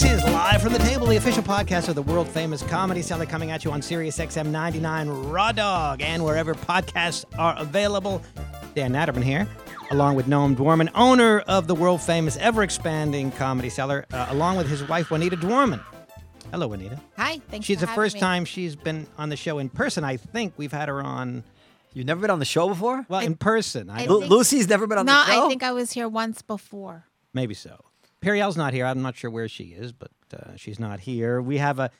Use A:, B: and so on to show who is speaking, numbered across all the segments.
A: from the Table, the official podcast of the world famous Comedy Cellar, coming at you on Sirius XM 99 Raw Dog and wherever podcasts are available. Dan Natterman here, along with Noam Dwarman, owner of the world famous, ever expanding Comedy Cellar, uh, along with his wife, Juanita Dwarman. Hello, Juanita.
B: Hi, thanks.
A: She's
B: for
A: the
B: having
A: first
B: me.
A: time she's been on the show in person. I think we've had her on,
C: You've never been on the show before?
A: well, in person. I,
B: I
C: Lu-
B: think-
C: Lucy's never been on
B: No,
C: the show?
B: I think I was here once before.
A: Maybe so. Periel's not here. I'm not sure where she is, but uh, she's not here. We have a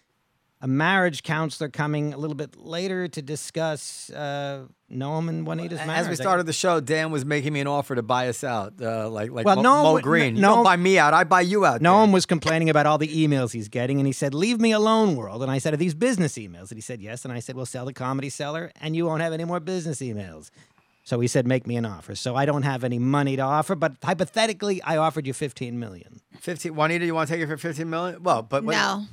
A: a marriage counselor coming a little bit later to discuss uh, Noam and Juanita's marriage.
C: As we started the show, Dan was making me an offer to buy us out, uh, like like
A: Well,
C: Mo,
A: no,
C: Mo
A: n-
C: Green.
A: no-
C: you don't buy me out, I buy you out.
A: Noam
C: Dan.
A: was complaining about all the emails he's getting, and he said, "Leave me alone, world." And I said, "Are these business emails?" And he said, "Yes." And I said, "Well, sell the comedy seller, and you won't have any more business emails." So he said, "Make me an offer." So I don't have any money to offer, but hypothetically, I offered you 15 million.
C: fifteen. Juanita, you want to take it for fifteen million? Well, but what,
B: no,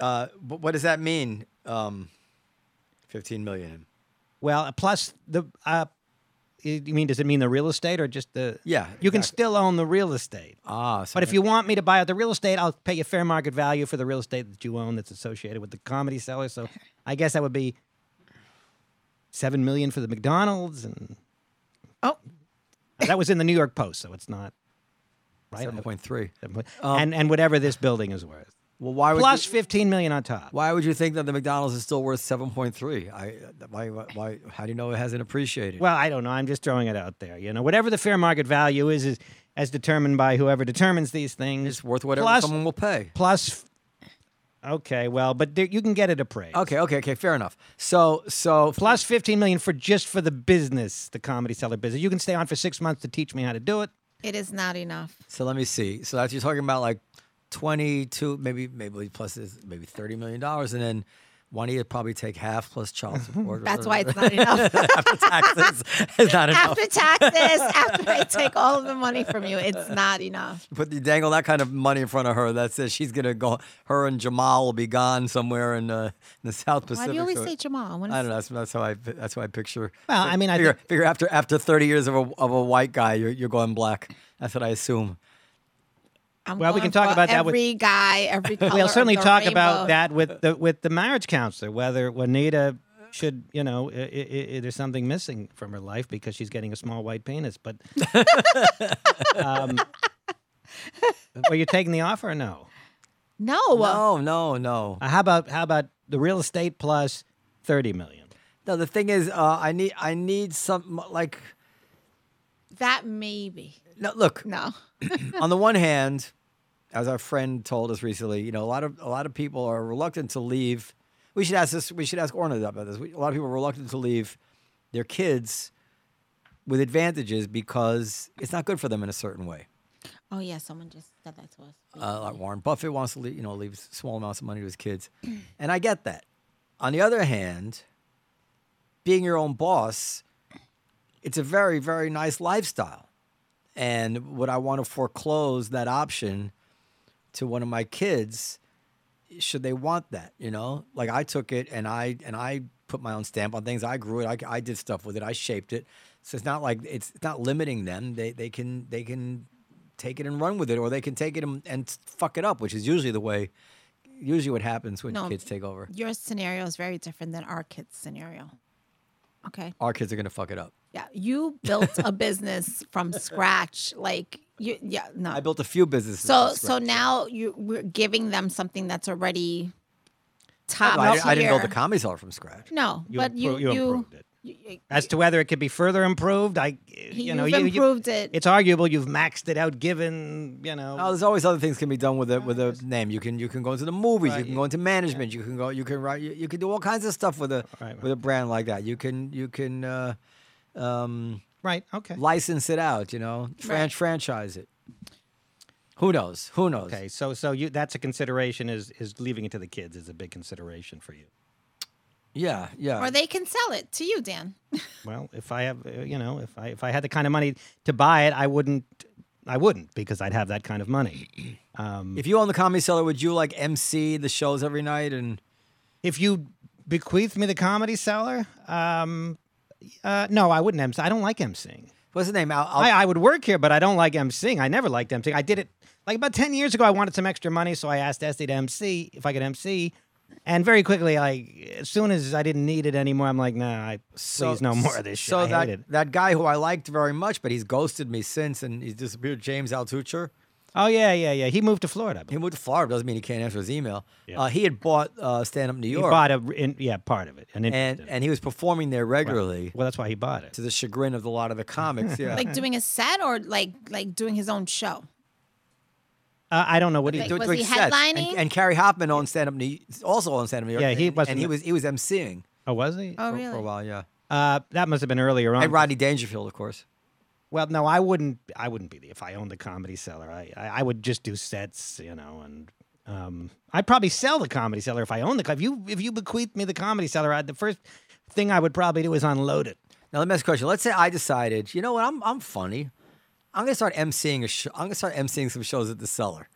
C: uh, but what does that mean? Um, fifteen million.
A: Well, plus the uh, you you mean does it mean the real estate or just the?
C: Yeah,
A: you can
C: exactly.
A: still own the real estate.
C: Ah, so
A: But if you want me to buy out the real estate, I'll pay you fair market value for the real estate that you own that's associated with the comedy seller. So I guess that would be seven million for the McDonald's, and
B: Oh.
A: that was in the New York Post, so it's not right.
C: seven point three.
A: and and whatever this building is worth,
C: Well, why would
A: plus
C: you,
A: fifteen million on top.
C: why would you think that the McDonald's is still worth seven point three? I why why how do you know it hasn't appreciated?
A: Well, I don't know. I'm just throwing it out there. You know, whatever the fair market value is, is as determined by whoever determines these things.
C: it's worth whatever
A: plus-
C: someone will pay.
A: Plus, okay, well, but there, you can get it appraised.
C: Okay, okay, okay, fair enough. So so
A: Plus 15 million for just for the business, the comedy seller business. You can stay on for six months to teach me how to do it.
B: it is not enough.
C: So let me see. So that's you're talking about like twenty-two, maybe maybe plus this, maybe thirty million dollars, and then one would probably take half plus child support.
B: That's why it's not enough.
C: after taxes is not enough.
B: after taxes, after I take all of the money from you, it's not enough.
C: Put you dangle that kind of money in front of her. That's it. She's gonna go. Her and Jamal will be gone somewhere in, uh, in the South Pacific.
B: Why do you always
C: so-
B: say Jamal? I, wanna
C: I
B: s-
C: don't know. That's, that's how I. That's how I picture.
A: Well, I mean, I
C: figure,
A: think,
C: figure after after thirty years of a of a white guy, you're you're going black. That's what I assume.
B: I'm
A: Well, we
B: going
A: can talk
B: for
A: about that with-
B: every guy, every. Color
A: we'll
B: of
A: certainly
B: the
A: talk
B: rainbow.
A: about that with the with the marriage counselor, whether Juanita should, you know, i i i there's something missing from her life because she's getting a small white penis. But um, were you taking the offer or no?
B: No,
C: No, no, no.
A: Uh, how about how about the real estate plus thirty million?
C: No, the thing is, uh, I need I need some like.
B: that maybe
C: No, look.
B: no.
C: on the one hand, as our friend told us recently, you know, a lot of a lot of people are reluctant to leave. We should ask this. We should ask Orna about this. We, a lot of people are reluctant to leave their kids with advantages because it's not good for them in a certain way.
B: Oh yeah, someone just said that to us.
C: Uh, like Warren Buffett wants to, leave, you know, leave small amounts of money to his kids, and I get that. On the other hand, being your own boss, it's a very very nice lifestyle, and would I want to foreclose that option to one of my kids? Should they want that? You know, like I took it and I and I put my own stamp on things. I grew it. I, I did stuff with it. I shaped it. So it's not like it's not limiting them. They they can they can take it and run with it, or they can take it and, and fuck it up, which is usually the way. Usually, what happens when
B: No.
C: kids take over,
B: Your scenario is very different than our kids' scenario. Okay.
C: our kids are gonna fuck it up.
B: Yeah, you built a business from scratch. Like you, yeah, no.
C: I built a few businesses.
B: so
C: from
B: so
C: scratch.
B: now you we're giving them something that's already
C: Well,
B: top
C: Oh, I, I didn't build the
B: tier.
C: comedy cellar from scratch.
B: No,
A: You
B: but you
A: impro- you improved it.
B: you-
A: As to whether it could be further improved, I you know
B: you've
A: you, you-
B: improved it.
A: It's arguable you've maxed it out, given you know.
C: Oh, there's always other things can be done with a with a name. You can you can go into the movies.
A: Right,
C: You can
A: you-
C: go into management. You can go. You can write. You, you can do all kinds of stuff with a
A: Right,
C: with a brand like that. You can you can uh, um,
A: right. Okay.
C: license it out. You know, Fran-
B: Right.
C: franchise it. Who knows? Who knows?
A: Okay. So so you that's a consideration. Is is leaving it to the kids is a big consideration for you.
C: Yeah, yeah.
B: or they can sell it to you, Dan.
A: Well, if I have uh, you know if I if I had the kind of money to buy it, I wouldn't. I wouldn't because I'd have that kind of money.
C: if you own the comedy cellar, would you like MC the shows every night? And
A: If you bequeath me the comedy seller, um, uh, no, I wouldn't. MC. I don't like emceeing.
C: what's the name? Al, Al-
A: I, I would work here, but I don't like emceeing. I never liked emceeing. I did it Like about 10 years ago, I wanted some extra money, so I asked Esty to MC if I could MC. And very quickly, like as soon as I didn't need it anymore, I'm like, nah, I please no more of this shit.
C: So
A: I
C: that
A: hate it.
C: that guy who I liked very much, but he's ghosted me since, and he's disappeared. James Altucher.
A: Oh yeah, yeah, yeah. He moved to Florida. I
C: He
A: believe.
C: moved to Florida. Doesn't mean he can't answer his email.
A: Yeah.
C: Uh, he had bought uh, Stand Up New
A: He
C: York,
A: bought a in, yeah part of it, an interest
C: and
A: in it.
C: and he was performing there regularly
A: well, that's why he bought it.
C: to the chagrin of a lot of the comics. Yeah,
B: Like doing a set or like like doing his own show.
A: Uh, I don't know what he
B: Like,
A: did.
C: doing-
B: was
C: doing
B: he
C: sets. And-
B: headlining?
C: And, Carrie Hoffman owned Stand Up New, also on Stand Up New York.
A: Yeah, he
C: and,
A: wasn't
C: and he
A: the-
C: was he was emceeing
A: Oh, was he?
B: Oh
C: for,
B: really?
C: for a while. Yeah,
A: Uh, that must have been earlier on.
C: and Rodney Dangerfield, of course.
A: Well, no, I wouldn't. I wouldn't be the if I owned the comedy cellar. I, I, I would just do sets, you know, and um, I'd probably sell the comedy cellar if I owned the. co- If you if you bequeathed me the comedy cellar, I'd, the first thing I would probably do is unload it.
C: Now let me ask you a question. Let's say I decided, you know what, I'm I'm funny. I'm gonna start emceeing a show. I'm gonna start emceeing some shows at the cellar.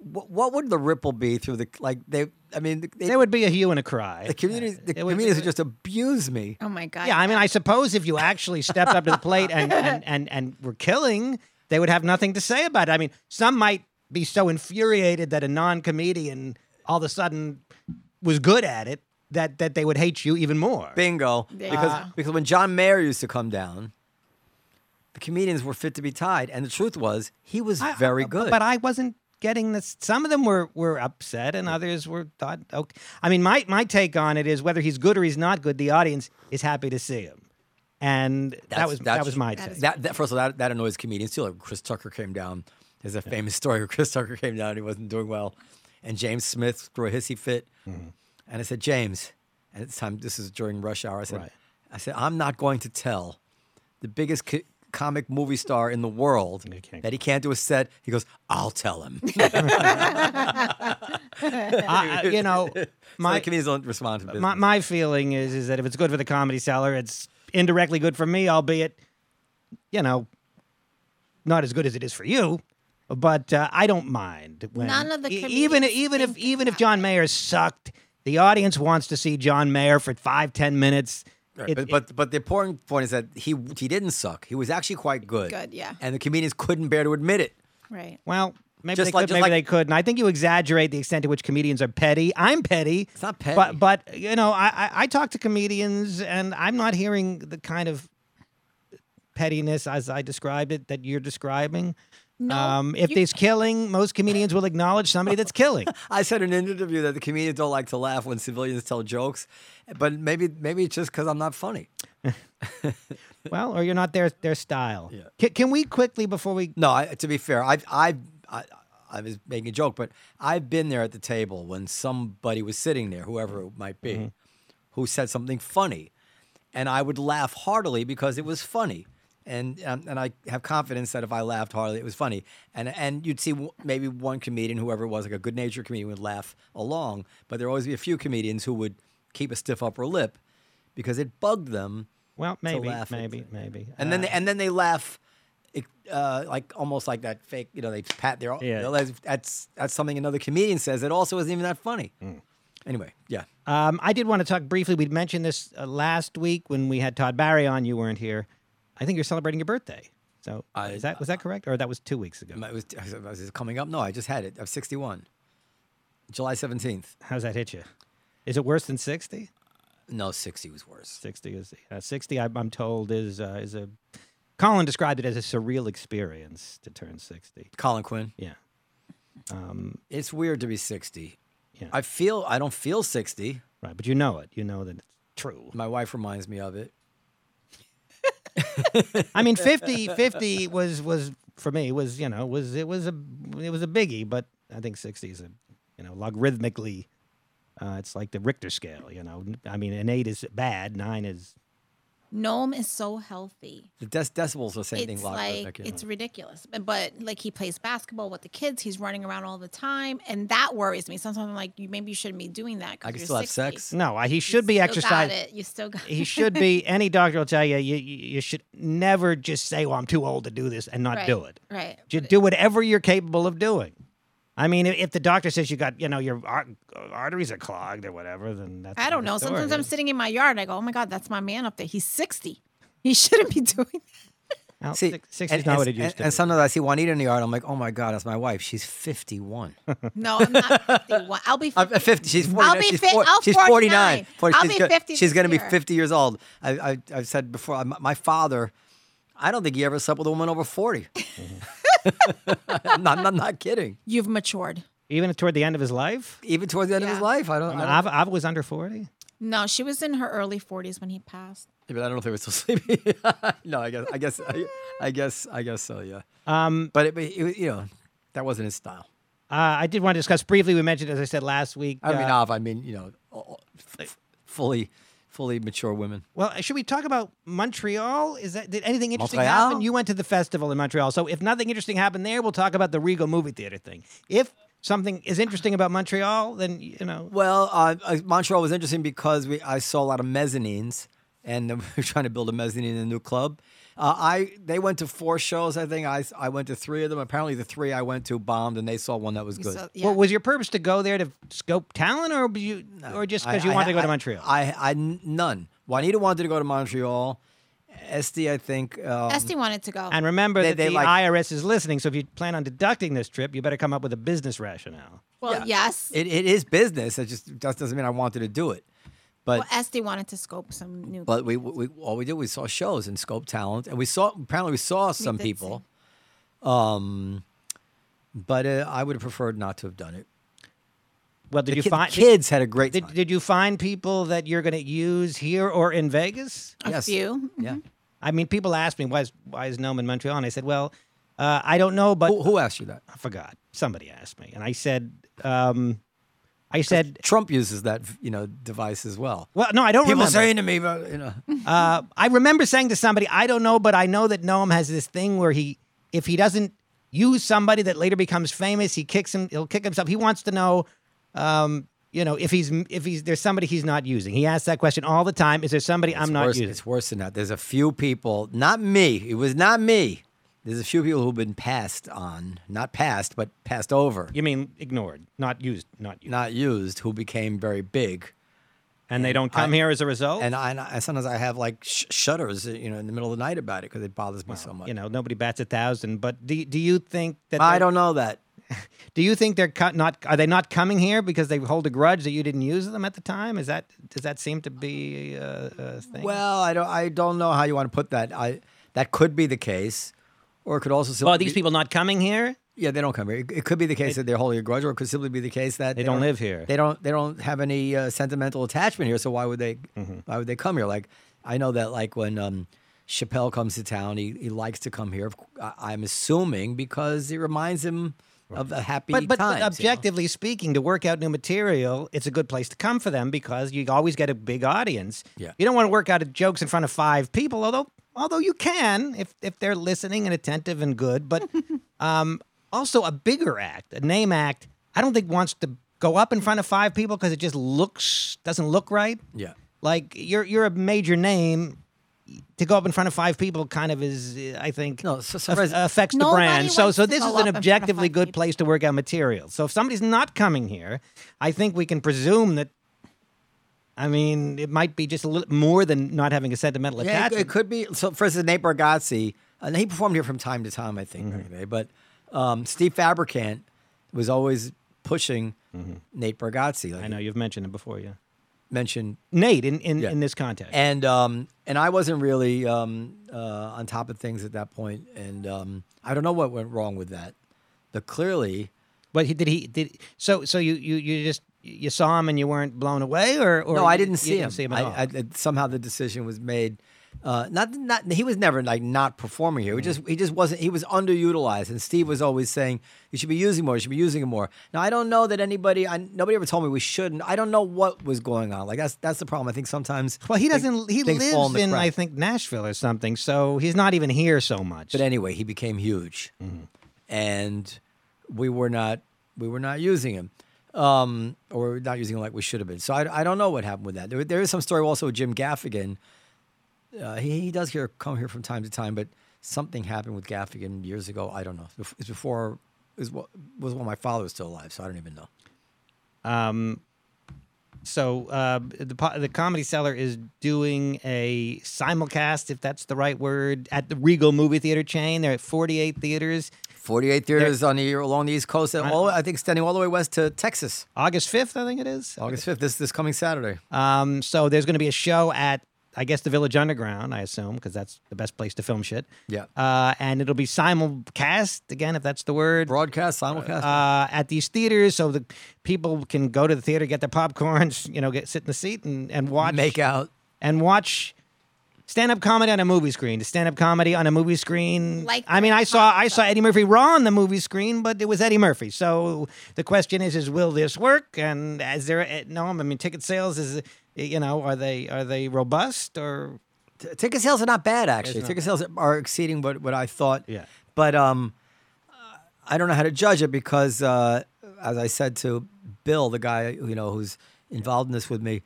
C: what, what would the ripple be through the like they? I mean, they,
A: There would be a hue and a cry.
C: the community, the
A: It would-
C: comedians would just abuse me.
B: oh my god.
A: yeah, I mean, I suppose if you actually stepped up to the plate and and, and and were killing, they would have nothing to say about it. I mean, some might be so infuriated that a non-comedian all of a sudden was good at it that that they would hate you even more.
C: Bingo.
B: There
C: Because
B: you go.
C: because when John Mayer used to come down, the comedians were fit to be tied, and the truth was he was
A: I-
C: very
A: I-
C: good.
A: But I wasn't getting this. Some of them were were upset, and others were thought. Okay. I mean, my my take on it is whether he's good or he's not good, the audience is happy to see him, and that
C: That's-
A: was that
C: that's-
A: was my
B: That
A: take.
B: is-
C: that, that first of all, that, that annoys comedians too. Like Chris Tucker came down. There's a famous story where Chris Tucker came down and he wasn't doing well, and James Smith threw a hissy fit,
A: Mm-hmm.
C: and I said, James, and at the time this is during rush hour. I said,
A: Right.
C: I said, I'm not going to tell the biggest co- comic movie star in the world
A: You can't-
C: that he can't do a set. He goes, I'll tell him.
A: I- I- you know,
C: My
A: my,
C: comedians don't respond to business.
A: my my feeling is is that if it's good for the comedy seller, it's indirectly good for me, albeit, you know, not as good as it is for you. But uh, I don't mind when
B: None of the
A: e- even
B: comedians
A: even if
B: think
A: even if
B: that
A: John Mayer sucked, the audience wants to see John Mayer for five ten minutes.
C: Right,
A: It-
C: but,
A: it-
C: but but the important point is that he he didn't suck. He was actually quite good.
B: Good, yeah.
C: And the comedians couldn't bear to admit it.
B: Right.
A: well, maybe
C: Just
A: they
C: like-
A: could,
C: just
A: maybe
C: like-
A: they couldn't. I think you exaggerate the extent to which comedians are petty. I'm petty.
C: It's not petty.
A: But but you know, I, I I talk to comedians, and I'm not hearing the kind of pettiness as I described it that you're describing.
B: No,
A: um, if
B: you-
A: there's killing, most comedians will acknowledge somebody that's killing.
C: I said in an interview that the comedians don't like to laugh when civilians tell jokes, but maybe maybe it's just because I'm not funny.
A: well, or you're not their their style. Can, can we quickly before we?
C: No, I, to be fair, I've I've I, I was making a joke, but I've been there at the table when somebody was sitting there, whoever it might be, who said something funny, and I would laugh heartily because it was funny, and um, and, and I have confidence that if I laughed heartily, it was funny, and and you'd see w- maybe one comedian, whoever it was, like a good-natured comedian, would laugh along, but there would always be a few comedians who would keep a stiff upper lip because it bugged them
A: Well, maybe,
C: laugh at
A: maybe,
C: it.
A: maybe.
C: and then
A: Uh,
C: they, and then they laugh, it- uh, like almost like that fake. You know, they pat their.
A: Yeah.
C: Yeah. That's that's something another comedian says that also isn't even that funny.
A: Hmm.
C: Anyway, yeah.
A: Um, I did want to talk briefly. We mentioned this uh, last week when we had Todd Barry on. You weren't here. I think you're celebrating your birthday. So
C: I-
A: is that was that correct, or that was two weeks ago?
C: It was, was it coming up? No, I just had it. I'm 61. July 17th.
A: How's that hit you? Is it worse than sixty?
C: No, 60 was worse.
A: Sixty is uh, sixty. I, I'm told is uh, is a. Colin described it as a surreal experience to turn sixty.
C: Colin Quinn.
A: Yeah,
C: It's weird to be 60.
A: Yeah.
C: I feel I don't feel 60.
A: right. But you know it. You know that it's true.
C: My wife reminds me of it.
A: I mean, 50, 50 was was for me was you know was it was a it was a biggie, but I think sixty is a you know logarithmically, uh, it's like the Richter scale. You know, I mean, an eight is bad, nine is
B: Gnome is so healthy.
C: The dec- decibels are saying
B: It's
C: logarithmic.
B: like
C: you know.
B: it's ridiculous. But, but like he plays basketball with the kids. He's running around all the time, and that worries me. Sometimes I'm like, you maybe you shouldn't be doing that. 'cause
C: I can
B: you're
C: still have
B: 60.
C: sex.
A: no. I, he
B: You
A: should be
B: still Got
A: exercising.
B: it. You still got.
A: He should be. Any doctor will tell you, you you you should never just say, "Well, I'm too old to do this," and not
B: right,
A: do it.
B: Right.
A: Ju- do whatever you're capable of doing. I mean, i- if the doctor says you got, you know, your ar- arteries are clogged or whatever, then that's
B: I don't know.
A: another story,
B: Sometimes
A: yeah.
B: I'm sitting in my yard and I go, oh my God, that's my man up there. He's 60. He shouldn't be doing that.
A: Well,
C: See,
A: six- 60 is not what it used
C: and-
A: to
C: and
A: be.
C: sometimes I see Juanita in the yard. I'm like, oh my god, that's my wife. She's 51.
B: No, I'm not 51. I'll be
C: I'm
B: 50.
C: 50. She's 49.
B: I'll be
C: she's,
B: fi-
C: four-
B: I'll
C: she's
B: 49.
C: 49.
B: I'll
C: she's
B: be
C: go-
B: 50
C: She's going to be
B: this year.
C: 50 years old. I, I, I've said before, I- my father, I don't think he ever slept with a woman over 40. I'm, not, I'm not kidding.
B: You've matured.
A: Even toward the end of his life?
C: Even towards the end of his
B: Yeah.
C: life, I don't, I,
A: I
C: don't,
A: mean, I've, I've was under 40.
B: No, she was in her early 40s when he passed.
C: but I don't know if they were still sleeping. no, I guess, I guess, I, I guess, I guess so. Yeah,
A: Um,
C: but it, but it, you know, that wasn't his style.
A: uh, I did want to discuss briefly, we mentioned, as I said last week.
C: I mean,
A: uh,
C: Av, I mean, you know, all- f- f- fully, fully mature women.
A: Well, uh, should we talk about Montreal? Is that did anything interesting
C: Montreal?
A: happen? You went to the festival in Montreal, so if nothing interesting happened there, we'll talk about the Regal movie theater thing. If something is interesting about Montreal, then you know.
C: Well, uh, uh, Montreal was interesting because we I saw a lot of mezzanines, and we were trying to build a mezzanine in a new club. Uh, I they went to four shows. I think I s- I went to three of them. Apparently, the three I went to bombed, and they saw one that was
B: You
C: good.
B: saw-
A: Well, was your purpose to go there to scope talent, or were you, or just because you
C: I-
A: wanted to go
C: I-
A: to Montreal?
C: I, I none. Juanita wanted to go to Montreal. Esty, I think. Um,
B: Esty wanted to go.
A: and remember
C: They-
A: that
C: they
A: the
C: like-
A: IRS is listening, so if you plan on deducting this trip, you better come up with a business rationale.
B: well,
C: yeah.
B: yes.
C: it, it is business. It just that doesn't mean I wanted to do it. But
B: well, Esty wanted to scope some new.
C: But we, we all we did we saw shows and scope talent, and we saw apparently we saw some
B: did
C: people. Um, but uh, I would have preferred not to have done it.
A: Well, did
C: The
A: you
C: ki- the
A: find
C: kids had a great
A: Did,
C: time.
A: did you find people that you're going to use here or in Vegas?
B: a
C: yes.
B: few.
C: yeah.
A: Mm-hmm. I mean, people asked me why is why is Gnome in Montreal, and I said, well, uh, I don't know, but
C: Who, who asked you that?
A: I forgot. Somebody asked me, and I said, um, I said,
C: Trump uses that you know device as well.
A: well, no, I don't
C: People
A: remember.
C: saying to me, but, you know,
A: uh, I remember saying to somebody, I don't know, but I know that Noam has this thing where he, if he doesn't use somebody that later becomes famous, he kicks him. He'll kick himself. He wants to know, um, you know, if he's if he's there's somebody he's not using. He asks that question all the time. Is there somebody
C: it's
A: I'm not
C: worse,
A: using?
C: It's worse than that. There's a few people, not me. It was not me. There's a few people who've been passed on, not passed, but passed over,
A: You mean ignored, not used, not used,
C: not used, who became very big.
A: and they don't come
C: I-
A: here as a result.
C: and I, and I sometimes I have like sh- shudders, you know, in the middle of the night about it because it bothers me so much.
A: you know, nobody bats a thousand. But do do you think that
C: I
A: they're-
C: don't know that.
A: Do you think they're cut not are they not coming here because they hold a grudge that you didn't use them at the time? Is that does that seem to be a, a thing?
C: Well, I don't. I don't know how you want to put that. I that could be the case, or it could also. sim-
A: Well, are these people not coming here?
C: Yeah, they don't come here. It, it could be the case that they're holding a grudge, or it could simply be the case that
A: They don't live here.
C: They don't. They don't have any uh, sentimental attachment here. So why would they?
A: Mm-hmm.
C: Why would they come here? Like I know that like when um, Chappelle comes to town, he, he likes to come here. Of cou- I, am assuming because it reminds him of a happy
A: But, but,
C: times.
A: but
C: you know?
A: objectively speaking, to work out new material, it's a good place to come for them because you always get a big audience.
C: Yeah.
A: You don't want to work out jokes in front of five people, although although you can if if they're listening and attentive and good. But um, also a bigger act, a name act, I don't think wants to go up in front of five people because it just looks doesn't look right.
C: Yeah.
A: Like you're you're a major name. To go up in front of five people kind of is, uh, I think,
C: No, so- so
A: aff-
C: res-
A: affects the
B: Nobody
A: brand. So
B: wants
A: so
B: to
A: this
B: go
A: is
B: up in
A: an
B: front of
A: objectively
B: five
A: good
B: people.
A: place to work out material. So if somebody's not coming here, I think we can presume that. I mean, it might be just a little more than not having a sentimental
C: Yeah, it,
A: attachment.
C: it could be. So, for instance, Nate Bargatze, and he performed here from time to time, I think,
A: Mm-hmm.
C: back in the day, but um, Steve Fabricant was always pushing Nate Bargatze, like
A: Mm-hmm. I know you've mentioned it before, yeah.
C: mentioned,
A: Nate, in in,
C: Yeah.
A: in this context,
C: and um, and I wasn't really um, uh, on top of things at that point, and um, I don't know what went wrong with that, but clearly,
A: but he, did he did so so you you you just you saw him and you weren't blown away or, or
C: no, I
A: you-
C: didn't
A: you
C: see him.
A: at
C: I,
A: all?
C: I, I- somehow the decision was made. Uh, not, not he was never like not performing here. He just he just wasn't. He was underutilized, and Steve was always saying you should be using more. You should be using him more. Now I don't know that anybody. I, nobody ever told me we shouldn't. I don't know what was going on. Like that's that's the problem. I think sometimes.
A: well, he
C: thing-
A: doesn't. He
C: things fall
A: lives
C: the
A: in, I
C: cracks.
A: think, Nashville or something, so he's not even here so much.
C: But uh, anyway, he became huge, and we were not we were not using him, um, or not using him like we should have been. So I, I don't know what happened with that. There, there is some story also with Jim Gaffigan. Uh, he, he does here come here from time to time, but something happened with Gaffigan years ago. I don't know. Bef- It's before it was wh- was when my father was still alive, so I don't even know.
A: Um, So uh, the po- the Comedy Cellar is doing a simulcast, if that's the right word, at the Regal movie theater chain. They're at 48 theaters.
C: 48 theaters on the along the East Coast, and all I think extending all the way west to Texas.
A: August 5th, I think it is.
C: August 5th, this this coming Saturday.
A: Um, so there's going to be a show at, I guess, the Village Underground, I assume, because that's the best place to film shit.
C: Yeah.
A: Uh, and it'll be simulcast again, if that's the word.
C: Broadcast, simulcast.
A: uh, at these theaters, so the people can go to the theater, get their popcorns, you know, get sit in the seat and, and watch
C: Make out.
A: and watch stand up comedy on a movie screen. To stand up comedy on a movie screen,
B: Like
A: I mean,
B: we're
A: I saw
B: talking
A: I saw Eddie Murphy raw on the movie screen, but it was Eddie Murphy. So the question is, is will this work? And is there eh, no? I mean, ticket sales is eh, you know are they are they robust or
C: T- ticket sales are not bad actually.
A: not
C: Ticket sales are exceeding what, what I thought.
A: Yeah.
C: But um, I don't know how to judge it because, uh, as I said to Bill, the guy you know who's involved in this with me,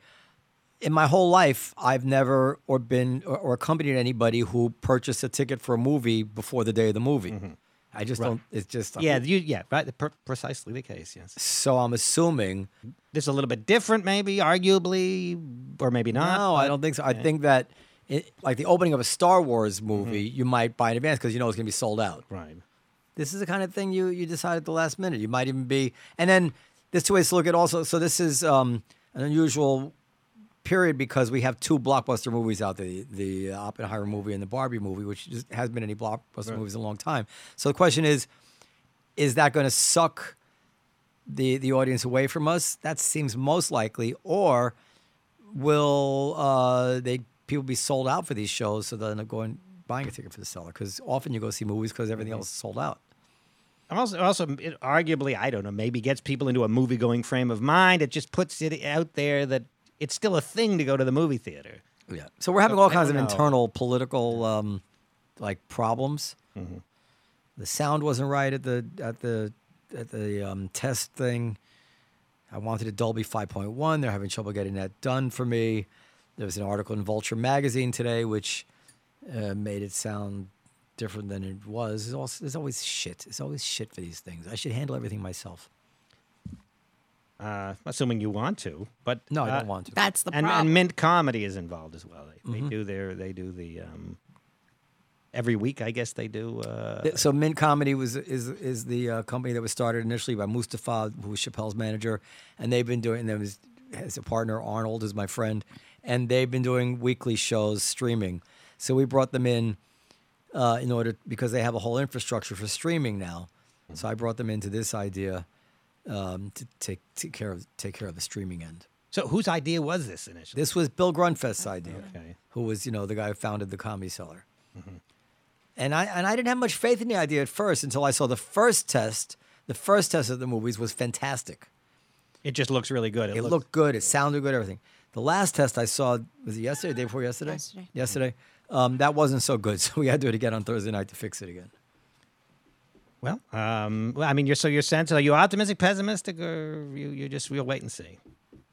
C: in my whole life I've never or been or, or accompanied anybody who purchased a ticket for a movie before the day of the movie. I just don't. It's just
A: Mm-hmm. yeah you, yeah right per- precisely the case yes.
C: So I'm assuming
A: This is a little bit different, maybe arguably, or maybe not.
C: No, I
A: but-
C: don't think so. I think that, it, like the opening of a Star Wars movie,
A: Mm-hmm.
C: you might buy in advance because you know it's going to be sold out.
A: Right.
C: This is the kind of thing you you decide at the last minute. You might even be, and then there's two ways to look at. Also, so this is um, an unusual period because we have two blockbuster movies out there: the, the Oppenheimer movie and the Barbie movie, which just hasn't been any blockbuster movies in a long time. So the question is, is that going to suck the the audience away from us? That seems most likely, or will uh, they people be sold out for these shows so they'll end up going buying a ticket for the seller because often you go see movies because everything else is sold out
A: I'm also, also it arguably, I don't know, maybe gets people into a movie going frame of mind. It just puts it out there that it's still a thing to go to the movie theater.
C: yeah so we're having all
A: I
C: kinds of
A: don't know.
C: internal political um, like problems
A: Mm-hmm.
C: the sound wasn't right at the at the at the um, test thing i wanted a dolby 5.1 they're having trouble getting that done for me there was an article in vulture magazine today which uh, made it sound different than it was. It's, also, it's always shit. It's always shit for these things. I should handle everything myself.
A: Uh, assuming you want to, but
C: No, I don't
A: uh,
C: want Mm-hmm. to.
B: That's the
A: And,
B: problem.
A: and Mint Comedy is involved as well. They, they do their, they do the um, every week. I guess they do. Uh,
C: Th- so Mint Comedy was is is the uh, company that was started initially by Mustafa, who was Chappelle's manager, and they've been doing. And there was as a partner Arnold is my friend, and they've been doing weekly shows streaming. So we brought them in uh, in order because they have a whole infrastructure for streaming now. So I brought them into this idea um, to take, take care of take care of the streaming end.
A: so whose idea was this initially?
C: This was Bill Grunfest's idea,
A: Okay.
C: who was you know the guy who founded the Comedy Cellar. And I and I didn't have much faith in the idea at first until I saw the first test. The first test of the movies was fantastic.
A: It just looks really good.
C: It
A: looks-
C: looked good. It sounded good. Everything. The last test I saw was it yesterday, day before yesterday.
B: Yesterday.
C: Yesterday. Um, that wasn't so good, so we had to do it again on Thursday night to fix it again.
A: well. Um, well, I mean, you're so your sense. Are you optimistic, pessimistic, or you you just we'll wait and see?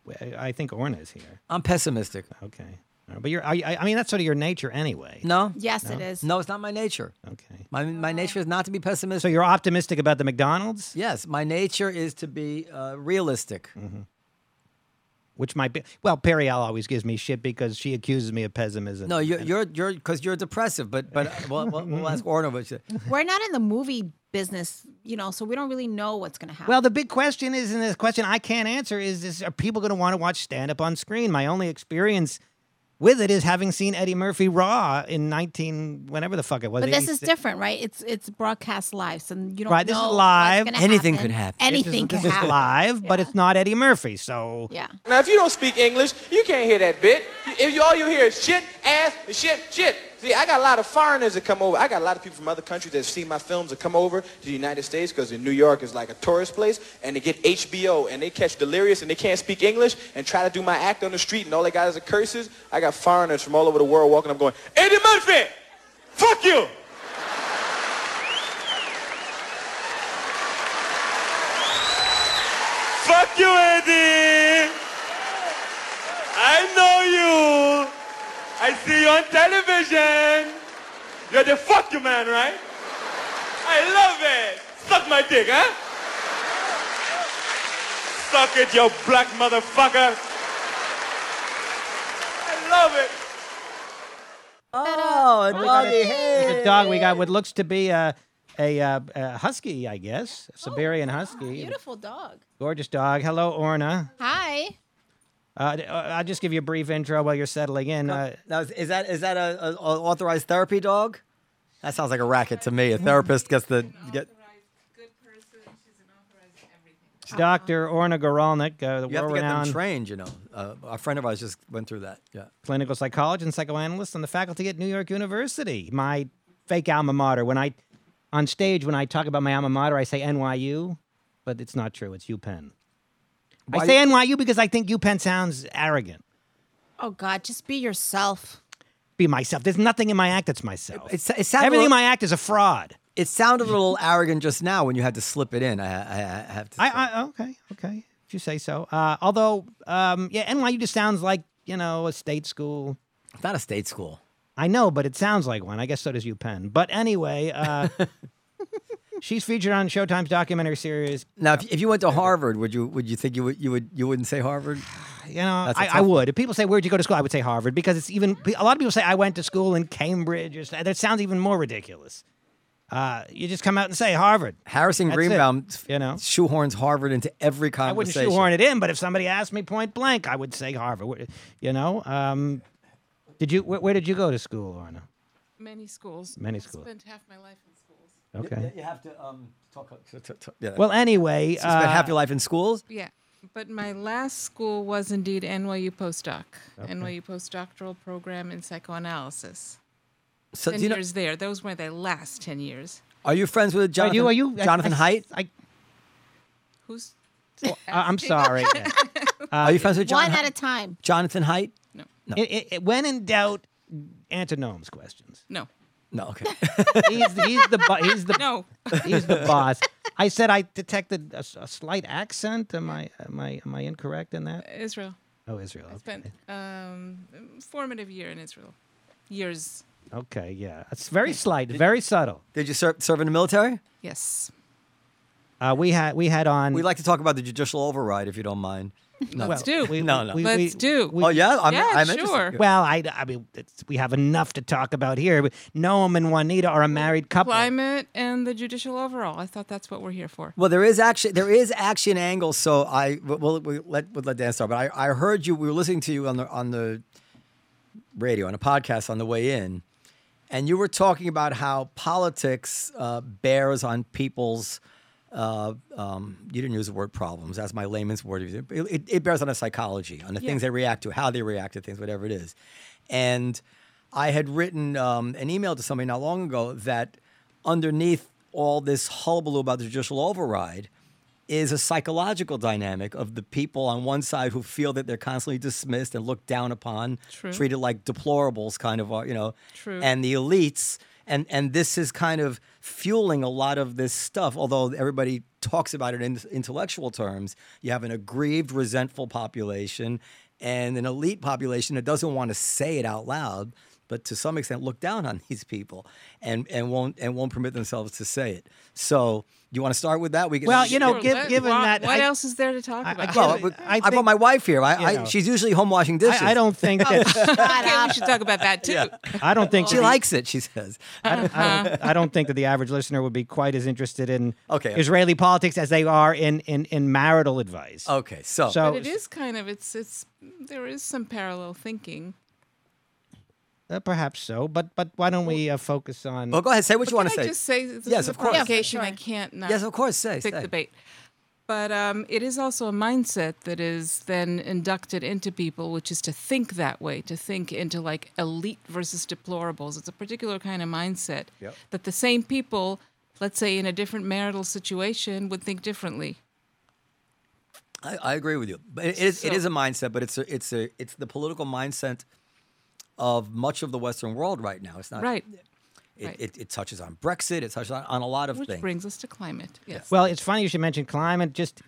A: Well, I I think Orna is here.
C: I'm pessimistic.
A: Okay. All right, But you're, are you- I I mean, that's sort of your nature anyway.
C: No.
B: yes, it is.
C: No, it's not my nature.
A: Okay.
C: My my nature is not to be pessimistic.
A: So you're optimistic about the McDonald's,
C: yes, my nature is to be uh, realistic.
A: which might be, well, Perry Al always gives me shit because she accuses me of pessimism.
C: No, you're you're you're because you're depressive. But but we'll, we'll, we'll ask Orno. What she,
B: We're not in the movie business, you know, so we don't really know what's going to happen.
A: Well, the big question is, and the question I can't answer is, is are people going to want to watch stand up on screen? My only experience with it is having seen Eddie Murphy Raw in 19, whenever the fuck it was.
B: but this is
A: 86.
B: different, right? It's it's broadcast live, so you don't
A: Right, this
B: know
A: is
B: what's
A: live.
B: gonna
C: Anything could happen. This
A: This is-
B: Anything could
A: This is
B: happen.
A: live, but
B: Yeah.
A: it's not Eddie Murphy. So
B: Yeah.
D: Now, if you don't speak English, you can't hear that bit. If you all you hear is shit, ass, and shit, shit. See, I got a lot of foreigners that come over. I got a lot of people from other countries that see my films that come over to the United States because New York is like a tourist place, and they get HBO and they catch delirious and they can't speak English and try to do my act on the street, and all they got is the curses. I got foreigners from all over the world walking up going, Eddie Murphy, fuck you. Fuck you, Eddie! I know you! I see you on television! You're the fuck you man, right? I love it! Suck my dick, huh? Suck it, you black motherfucker! love it.
C: Oh, and Bobby,
A: There's
C: hey.
A: a dog we got what looks to be a a, uh a husky, I guess,
C: Oh,
A: a Siberian husky.
B: Beautiful dog.
A: Gorgeous dog. Hello, Orna.
B: Hi.
A: Uh, d- uh, I'll just give you a brief intro while you're settling in. Uh,
C: Now, is- is that is that a, a, a authorized therapy dog? That sounds like a racket to me. A therapist gets the get.
E: good person. She's an authorized everything.
A: Dr. Orna Goralnik, uh, the
C: You have to get them
A: world-renowned
C: trained. You know, uh, a friend of ours just went through that. Yeah.
A: clinical psychologist and psychoanalyst on the faculty at New York University, my fake alma mater. When I on stage when I talk about my alma mater, I say NYU, but it's not true. It's UPenn. I
C: Why-
A: say NYU because I think UPenn sounds arrogant.
B: Oh God, just be yourself.
A: Be myself. There's nothing in my act that's myself.
C: It, sa- it sounded
A: Everything
C: a
A: in
C: little,
A: my act is a fraud.
C: it sounded a little arrogant just now when you had to slip it in. I, I, I have to.
A: I,
C: say.
A: I okay, okay. If you say so. Uh, although, um, yeah, NYU just sounds like you know a state school.
C: it's not a state school.
A: I know, but it sounds like one. I guess so does UPenn. But anyway, uh, she's featured on Showtime's documentary series.
C: Now, if, if you went to Harvard, would you would you think you would you would you wouldn't say Harvard?
A: You know,
C: That's a
A: I, I
C: tough
A: would. If people say where'd you go to school, I would say Harvard because it's even. A lot of people say I went to school in Cambridge. Or, that sounds even more ridiculous. Uh, you just come out and say Harvard.
C: Harrison
A: That's it,
C: Greenbaum,
A: you know.
C: shoehorns Harvard into every
A: I wouldn't
C: conversation.
A: shoehorn it in, but if somebody asked me point blank, I would say Harvard. Wh- You know, um, did you? Where, where did you go to school, Orna?
E: Many schools.
A: Many
E: I
A: schools.
E: Spent half my life in schools.
A: Okay.
C: You have to um, talk. Well,
A: Well, anyway,
C: you spent
A: uh,
C: half your life in schools.
E: Yeah. But my last school was indeed NYU postdoc, NYU postdoctoral program in psychoanalysis.
C: So,
E: Ten
C: do you know,
E: years there. Those were the last ten years.
C: are you friends with
A: are
C: Jonathan?
A: you? Are you? I-
C: Jonathan
A: I,
C: Haidt?
A: I,
E: Who's?
A: I, am sorry. uh,
C: are you friends with John,
B: One at a time.
C: Jonathan Haidt?
E: No.
A: It- it- it- when in doubt, antinoms questions.
E: No.
C: No. Okay.
A: He's, he's the bo- he's the
E: No.
A: he's the boss. I said I detected a, s- a slight accent. Am I am I am I incorrect in that?
E: Israel.
A: Oh, Israel.
E: I
A: Okay.
E: spent um, formative year in Israel. Years.
A: Okay, yeah. It's very slight, very subtle.
C: Did you serve, serve in the
A: Mm.
C: military?
E: Yes.
A: Uh, we had we had on.
C: We'd like to talk about the judicial override, if you don't mind. No.
A: well,
E: do.
A: we-
C: No, no.
A: we- we-
E: Let's do.
A: we-
C: oh yeah, I'm,
E: Yeah,
C: I'm
E: sure.
C: interested.
A: Well, I, I mean, it's, we have enough to talk about here. Noam and Juanita are a married couple.
E: Climate and the judicial overall. I thought that's what we're here for.
C: Well, there is actually there is action angle. So I we'll, we'll let we'll let Dan start. But I, I heard you. We were listening to you on the on the radio on a podcast on the way in, and you were talking about how politics uh, bears on people's. Uh, um, you didn't use the word problems. That's my layman's word. It, it, it bears on a psychology, on the things they react to, how they react to things, whatever it is. And I had written um, an email to somebody not long ago that underneath all this hullabaloo about the judicial override is a psychological dynamic of the people on one side who feel that they're constantly dismissed and looked down upon,
E: True.
C: treated like deplorables, kind of, uh, you know,
E: True.
C: and the elites. And, and this is kind of fueling a lot of this stuff, although everybody talks about it in intellectual terms. You have an aggrieved, resentful population and an elite population that doesn't want to say it out loud, but to some extent look down on these people and, and won't and won't permit themselves to say it. So you want to start with that? We can
A: Well, you know,
E: Sure,
A: give-
E: what-
A: given
E: why-
A: that
E: What
A: I-
E: else is there to talk
A: I
E: about?
A: give-
C: Well,
A: I
C: I,
A: think-
C: brought my wife here. I,
A: you know.
C: I she's usually home washing dishes.
A: I, I don't think that
E: okay, we should talk about that too.
A: I don't think
C: She
A: that-
C: likes it. She says.
A: I don't, I,
E: Uh-huh.
A: don't, I don't think that the average listener would be quite as interested in
C: Okay.
A: Israeli politics as they are in in, in marital advice.
C: Okay, so,
A: So
E: But it is kind of it's it's there is some parallel thinking.
A: uh, perhaps so, but but why don't we uh, focus on?
C: well, go ahead. Say what you
E: Can
C: want to
E: I
C: say.
E: just say this
C: Yes,
E: is
C: of
E: a
C: course.
E: provocation.
B: Yeah,
E: I
B: sure.
E: can't not
C: yes, of course. Say.
E: pick
C: say.
E: the bait. But um, it is also a mindset that is then inducted into people, which is to think that way, to think into like elite versus deplorables. It's a particular kind of mindset
C: Yep.
E: that the same people, let's say in a different marital situation, would think differently.
C: I, I agree with you. But it is it
E: So-
C: is a mindset, but it's a, it's a it's the political mindset of much of the Western world right now. It's not
E: Right.
C: It,
E: right.
C: It, it touches on Brexit. It touches on, on a lot of
E: Which
C: things.
E: brings us to climate. Yes.
A: Well, it's funny you should mention climate. Just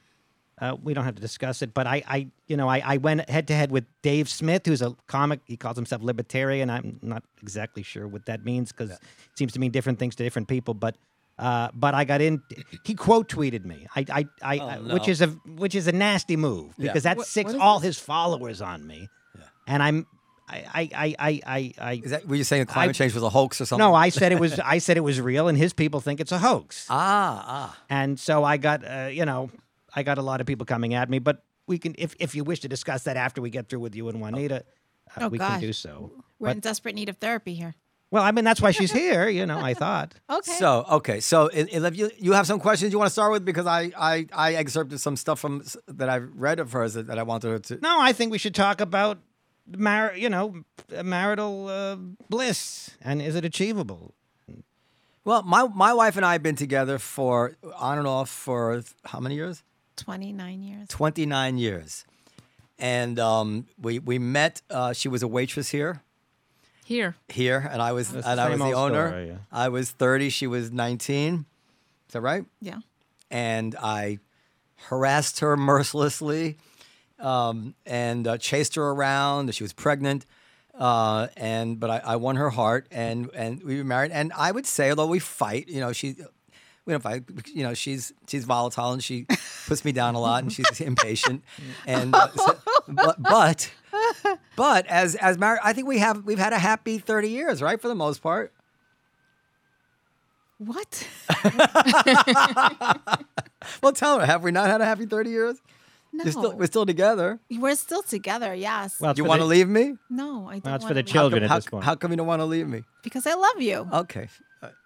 A: uh, we don't have to discuss it, but I, I you know, I, I went head to head with Dave Smith, who's a comic. He calls himself libertarian. I'm not exactly sure what that means because it seems to mean different things to different people. But uh, but I got in. He quote tweeted me. I I, I I- which
C: Oh, no.
A: is a which is a nasty move because that
E: What-
A: sicks
E: what is
A: all his followers on me, and I'm I, I, I, I, I.
C: Is that were you saying climate change was a hoax or something?
A: No, I said it was. I said it was real, and his people think it's a hoax.
C: ah ah.
A: and so I got, uh, you know, I got a lot of people coming at me. But we can, if if you wish to discuss that after we get through with you and Juanita, uh,
B: Oh,
A: we can
B: gosh.
A: do so.
B: We're in desperate need of therapy here.
A: Well, I mean, that's why she's here. You know, I thought.
B: Okay.
C: So okay, so i- i- if you you have some questions you want to start with because I I, I excerpted some stuff from s- that I've read of hers that, that I wanted her to.
A: No, I think we should talk about mar- you know, marital uh, bliss and is it achievable?
C: Well, my my wife and I have been together for on and off for th- how many years?
B: 29 years.
C: 29 years. And um, we we met. Uh, she was a waitress here,
E: Here.
C: here, and I was and I was
A: same
C: the
A: old
C: owner.
A: story, yeah.
C: I was 30. She was 19. Is that right?
B: Yeah.
C: and I harassed her mercilessly um, and uh, chased her around. She was pregnant, uh, and but I, I won her heart, and and we were married. And I would say, although we fight, you know, she. We don't fight, you know. She's she's volatile and she puts me down a lot and she's impatient, and uh, so- but, but but as as married, I think we have we've had a happy thirty years, right, for the most part.
B: What?
C: Well, tell her, have we not had a happy thirty years?
B: No.
C: You're still, we're still together.
B: We're still together. Yes.
A: Well, it's
C: you
A: for
C: want to
A: the-
C: leave me?
B: no, I don't.
A: that's for
B: wanna
A: the
B: leave
A: children. at
C: how,
A: this point.
C: how come you don't want to leave me?
B: Because I love you.
C: Okay.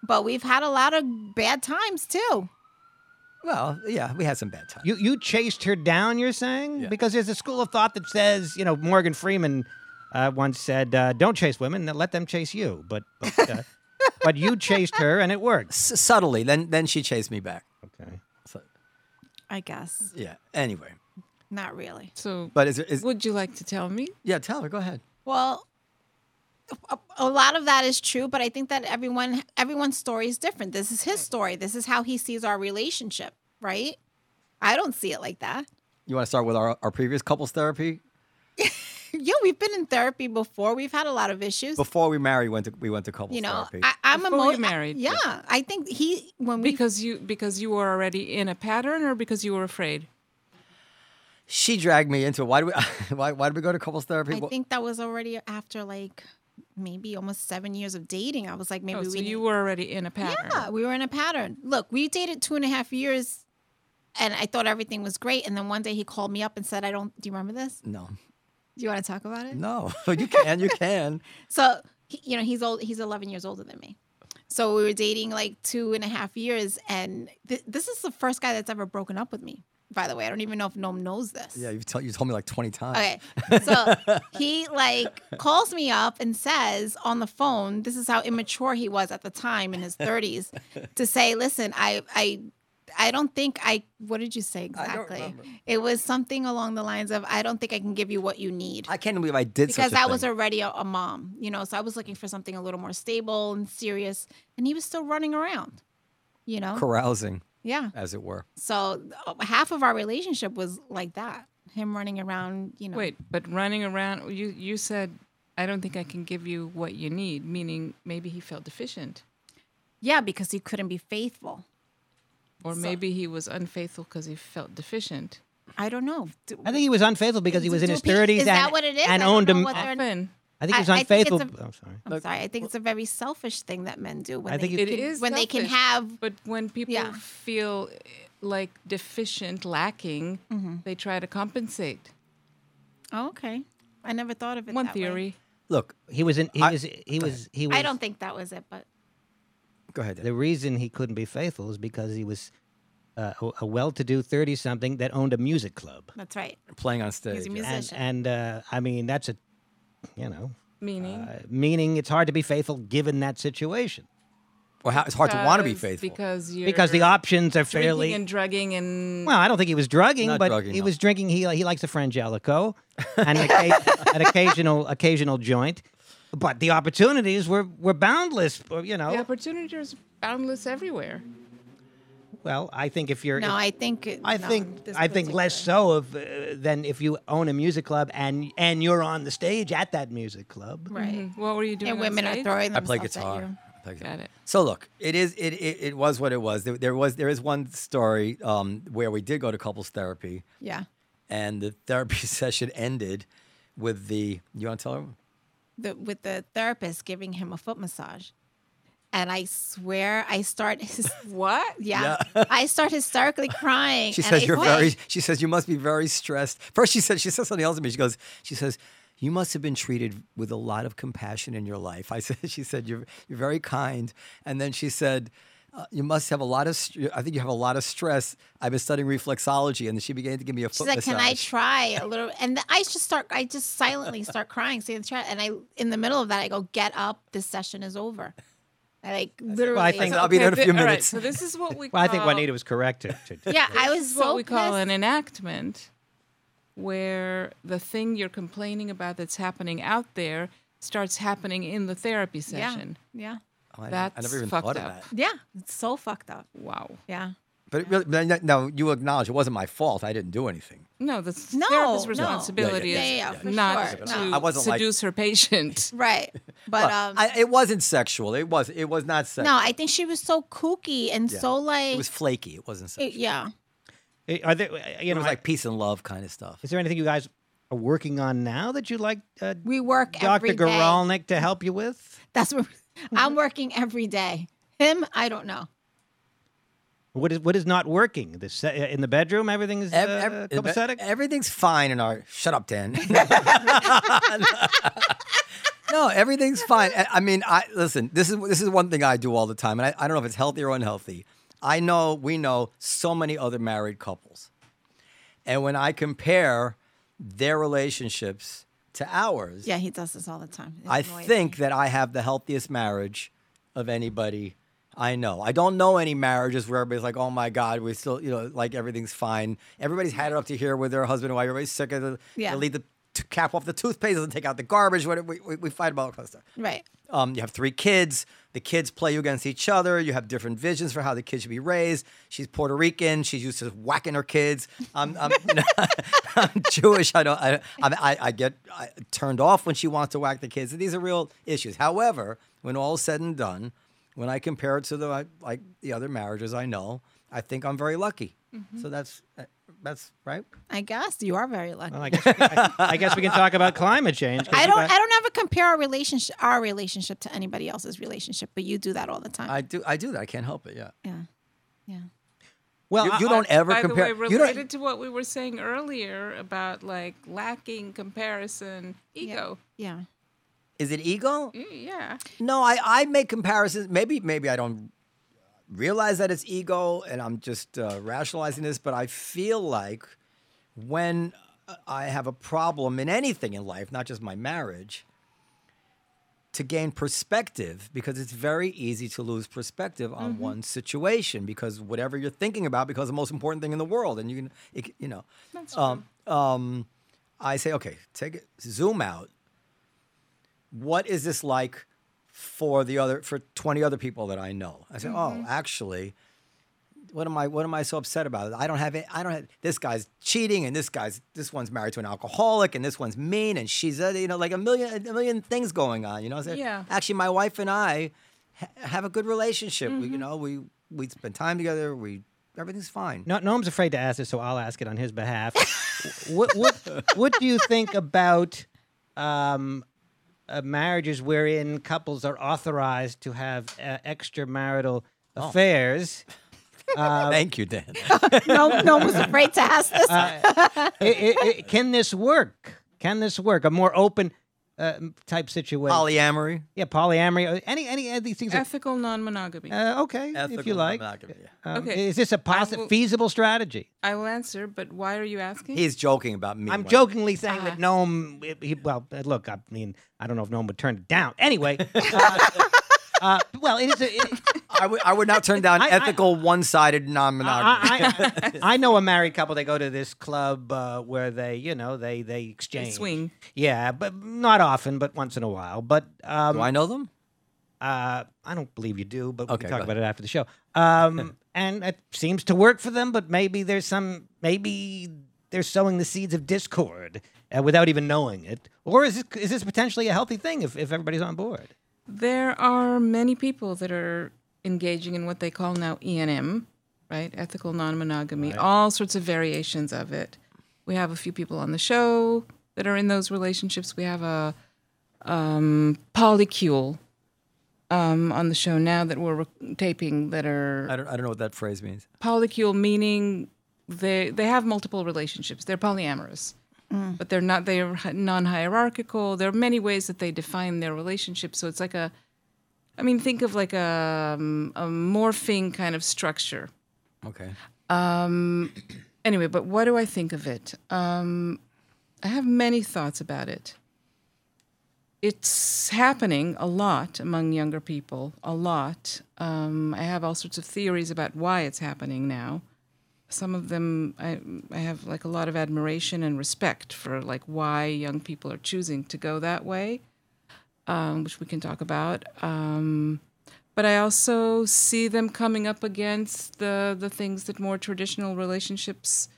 B: But we've had a lot of bad times too.
C: Well, yeah, we had some bad times.
A: You you chased her down. You're saying
C: Yeah.
A: because there's a school of thought that says you know Morgan Freeman uh, once said uh, don't chase women, let them chase you. But but, uh, but you chased her and it worked.
C: S- subtly, then then she chased me back.
A: Okay.
C: So,
B: I guess.
C: yeah. Anyway,
B: Not really.
E: So
C: but is, is
E: would you like to tell me?
C: yeah? Tell her. Go ahead.
B: Well, a, a lot of that is true, but I think that everyone everyone's story is different. This is his story. This is how he sees our relationship, right? I don't see it like that.
C: You want to start with our, our previous couples therapy
B: Yeah, we've been in therapy before. We've had a lot of issues.
C: before we married. Went to we went to couples
B: you know,
C: therapy.
B: I, I'm
E: Before
B: emo-
E: you married.
B: I, yeah, I think he when we
E: Because you because you were already in a pattern or because you were afraid?
C: she dragged me into it. Why do we why, why did we go to couples therapy?
B: I
C: Well,
B: think that was already after like maybe almost seven years of dating. I was like, maybe
E: Oh,
B: we
E: so
B: need-
E: you were already in a pattern.
B: yeah, we were in a pattern. Look, we dated two and a half years, and I thought everything was great. And then one day he called me up and said, "I don't. Do you remember this?
C: no,
B: Do you want to talk about it?"
C: no, you can, you can.
B: So he- you know, he's old. He's eleven years older than me. So we were dating like two and a half years, and th- this is the first guy that's ever broken up with me. By the way, I don't even know if Noam knows this.
C: Yeah, you've told you told me like twenty times.
B: Okay. So he like calls me up and says on the phone, this is how immature he was at the time in his 30s, to say, listen, I I I don't think I what did you say exactly?
C: remember.
B: It was something along the lines of I don't think I can give you what you need.
C: I can't believe I did
B: because
C: such a
B: I
C: thing.
B: was already a, a mom, you know, so I was looking for something a little more stable and serious. And he was still running around, you know?
C: carousing,
B: Yeah.
C: as it were.
B: So uh, half of our relationship was like that him running around, you know.
E: Wait, but running around you you said I don't think I can give you what you need, meaning maybe he felt deficient.
B: Yeah, because he couldn't be faithful.
E: Or maybe he was unfaithful because he felt deficient.
B: I don't know. Do-
A: I think he was unfaithful because he was in
B: Do
A: his
B: people-
A: 30s
B: is
A: and,
B: that what it is?
A: and
B: I don't
A: owned
B: know
A: him.
B: what they're-
A: I think
E: Often
A: he was
B: I- I think it's a-
A: unfaithful. I'm sorry.
B: I'm sorry. I think it's a very selfish thing that men do when
A: I think
B: they
A: it-
E: it is
B: when they can
E: selfish,
B: have
E: but when people
B: Yeah.
E: feel eh, like deficient, lacking,
B: Mm-hmm.
E: they try to compensate.
B: Oh, okay. I never thought of it.
E: One
B: that way.
E: theory.
C: Look,
A: He was in. He
C: I-
A: was. He was. He was.
B: I don't think that was it, but
C: go ahead.
A: The reason he couldn't be faithful is because he was uh, a- a well-to-do thirty-something that owned a music club,
B: that's right.
C: playing on stage.
B: He's a
C: yeah.
A: and
B: musician.
A: and uh, I mean that's a, you know,
E: Meaning
A: uh, meaning it's hard to be faithful given that situation
C: Well, how, it's hard to want to be
E: because-
C: faithful.
E: because you're
A: because the options are
E: drinking
A: fairly.
E: and drugging and
A: well, I don't think he was drugging,
C: Not
A: but
C: drugging,
A: he
C: no.
A: was drinking. He he likes a Frangelico, and an, occa- an occasional occasional joint, but the opportunities were were boundless. or, You know,
C: Oh.
E: the opportunity is boundless everywhere.
A: well, I think if you're
B: No,
A: if-
B: I think it,
A: I
B: no,
A: think
B: this
A: I think less
B: particular-
A: so of uh, than if you own a music club and and you're on the stage at that music club.
B: Right.
E: Mhm. What were you doing?
B: And
E: on
B: women are
E: stage?
B: throwing
C: I
B: themselves
C: play
B: at
C: guitar.
B: you.
C: I play guitar.
E: Got it.
C: So look, it is it, it it was what it was. There, there was there is one story um, where we did go to couples therapy,
B: Yeah.
C: and the therapy session ended with the. You want to tell her?
B: the with the therapist giving him a foot massage. And I swear I start his
E: What?
B: yeah, I start hysterically crying.
C: She
B: and
C: says
B: I
C: you're
B: say,
C: very. She says you must be very stressed. First, she says she says something else to me. She goes. She says you must have been treated with a lot of compassion in your life. I said. She said you're you're very kind. And then she said. Uh, you must have a lot of. st- I think you have a lot of stress. I've been studying reflexology, and then she began to give me a foot
B: She's like, "Can I
C: massage.
B: try a little?" And the, I just start. I just silently start crying, sitting in the chair, and I, in the middle of that, I go, "Get up! This session is over." I like literally.
A: Well, I think-
C: I'll be there in a
E: thi-
C: few
E: all right,
C: minutes.
E: so this is what we.
A: Well, I think
E: call-
A: Juanita was correct. To, to,
B: yeah, I was
E: This is
B: so
E: what we call
B: pissed.
E: an enactment, where the thing you're complaining about that's happening out there starts happening in the therapy session.
B: Yeah,
C: Oh, I, I
E: That's
C: never even
E: fucked
C: thought
E: up.
C: of that.
B: yeah, yeah. It's so fucked up.
E: Wow.
B: Yeah.
C: But it really, but no- no, you acknowledge it wasn't my fault. I didn't do anything.
E: No, that's
B: No,
E: therapist's
B: no.
E: responsibility
B: Yeah,
E: is
B: yeah, yeah, for
E: not
B: sure.
E: to
B: No.
C: I wasn't like-
E: seduce her patient.
B: Right. But um
C: I, it wasn't sexual. It was. It was not sexual.
B: no, I think she was so kooky and so like
C: it was flaky. It wasn't sexual.
B: it- yeah.
A: Eh, Are there, you
C: It
A: know,
C: was like peace and love kind of stuff.
A: is there anything you guys are working on now that you like uh,
B: We work
A: Dr.
B: every day.
A: Goralnik to help you with?
B: That's what
C: Mm-hmm.
B: I'm working every day. Him, I don't know.
A: What is what is not working? The se- uh, in the bedroom, everything is uh,
C: Ev- ev- ev-
A: copacetic?
C: everything's fine in our. Shut up, Dan. no, everything's fine. I I mean, I listen. This is this is one thing I do all the time, and I, I don't know if it's healthy or unhealthy. I know we know so many other married couples, and when I compare their relationships to ours,
B: Yeah, he does this all the time. It
C: I
B: annoys
C: think
B: me.
C: that I have the healthiest marriage of anybody I know. I don't know any marriages where everybody's like, "Oh my God, we still, you know, like everything's fine." Everybody's had it up to here with their husband and wife. Everybody's sick of the.
B: Yeah.
C: They leave the t- cap off the toothpaste and take out the garbage. What we, we, we fight about all kinds of stuff.
B: Right.
C: Um, you have three kids. The kids play you against each other. You have different visions for how the kids should be raised. She's Puerto Rican. She's used to whacking her kids. I'm, I'm, I'm Jewish. I don't. I, I, I- I get I, turned off when she wants to whack the kids. These are real issues. However, when all is said and done, when I compare it to the like the other marriages I know, I think I'm very lucky.
E: Mm-hmm.
C: So that's uh, that's right.
B: I guess you are very lucky.
C: Uh,
A: Well, I, guess we, I, I guess we can talk about climate change. 'cause
B: I
A: you
B: don't
A: guys-
B: I don't ever compare our relationship our relationship to anybody else's relationship, but you do that all the time.
C: I do. I do that. I can't help it. Yeah.
B: yeah. Yeah.
A: well,
C: You,
A: I-
C: you don't ever
E: By
C: compare.
E: the way,
C: you don't-
E: related to what we were saying earlier about like lacking comparison, ego.
B: Yeah.
C: is it ego?
E: Y- Yeah.
C: No, I, I make comparisons. Maybe maybe I don't realize that it's ego, and I'm just uh, rationalizing this. But I feel like when uh, I have a problem in anything in life, not just my marriage, to gain perspective because it's very easy to lose perspective on one situation because whatever you're thinking about becomes the most important thing in the world, and you can it, can- you know.
E: That's
C: Um, um, I say, okay, take it, zoom out. What is this like for the other for twenty other people that I know? I say, oh, actually, what am I what am I so upset about? I don't have it. I don't have this guy's cheating, and this guy's this one's married to an alcoholic, and this one's mean, and she's uh, you know like a million a million things going on. You know, I say,
E: Yeah.
C: Actually, my wife and I ha- have a good relationship. We, you know, we we spend time together. We everything's fine.
A: No, Noam's afraid to ask this, so I'll ask it on his behalf. what, what, what do you think about um, uh, marriages wherein couples are authorized to have uh, extramarital
C: Oh.
A: affairs?
C: Thank you, Dan.
B: No no one was afraid to ask this.
A: I- I- I- can this work? Can this work? A more open uh, m- type situation?
C: Polyamory.
A: yeah, polyamory. uh, Any, any of these things? Are,
E: Ethical non monogamy.
A: uh, okay, if you
C: ethical
A: like.
C: monogamy, yeah.
A: Um,
E: Okay.
A: Is this a possi-
E: will-
A: feasible strategy?
E: I will answer, but why are you asking?
C: He's joking about me.
A: I'm
C: Well,
A: jokingly saying that Gnome, he- he, well, uh, look, I mean, I don't know if Gnome would turn it down. Anyway, uh, uh, well, it is. A, it,
C: I would I would not turn down
A: I- I-
C: ethical one-sided non-monogamy.
A: I, I, I know a married couple. They go to this club uh, where they, you know, they they exchange
E: swing.
A: Yeah, but not often, but once in a while. But um,
C: Do I know them?
A: uh, I don't believe you do, but we
C: Okay,
A: can talk
C: go
A: about it after the show. Um, and it seems to work for them, but maybe there's some, maybe they're sowing the seeds of discord uh, without even knowing it. Or is this, is this potentially a healthy thing if, if everybody's on board?
E: There are many people that are engaging in what they call now ENM, right? Ethical non monogamy, all sorts of variations of it. We have a few people on the show that are in those relationships. We have a polycule um, on the show now that we're rec- taping that
C: I
E: are
C: don't, I don't know what that phrase means.
E: polycule, meaning they they have multiple relationships. They're polyamorous, but they're not. They are hi- non-hierarchical. There are many ways that they define their relationship. So it's like a, I mean, think of like a, um, a morphing kind of structure.
C: Okay.
E: Anyway, but what do I think of it? Um, I have many thoughts about it. It's happening a lot among younger people, a lot. Um, I have all sorts of theories about why it's happening now. Some of them, I, I have like a lot of admiration and respect for like why young people are choosing to go that way, um, which we can talk about. Um, but I also see them coming up against the the things that more traditional relationships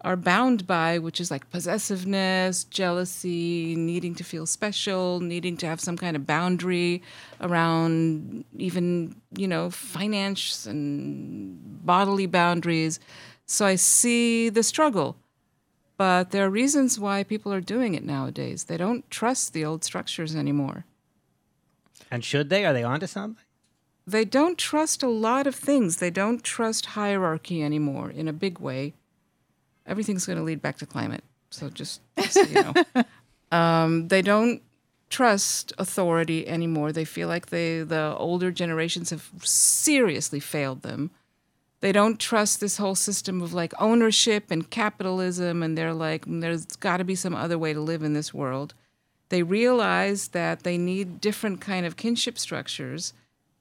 E: are bound by, which is like possessiveness, jealousy, needing to feel special, needing to have some kind of boundary around even, you know, finance and bodily boundaries. So I see the struggle. But there are reasons why people are doing it nowadays. They don't trust the old structures anymore.
A: And should they? Are they onto something?
E: they don't trust a lot of things. They don't trust hierarchy anymore in a big way. Everything's going to lead back to climate. So just, just so you know, um, they don't trust authority anymore. They feel like they the older generations have seriously failed them. They don't trust this whole system of like ownership and capitalism, and they're like, "Mm, there's got to be some other way to live in this world. They realize that they need different kind of kinship structures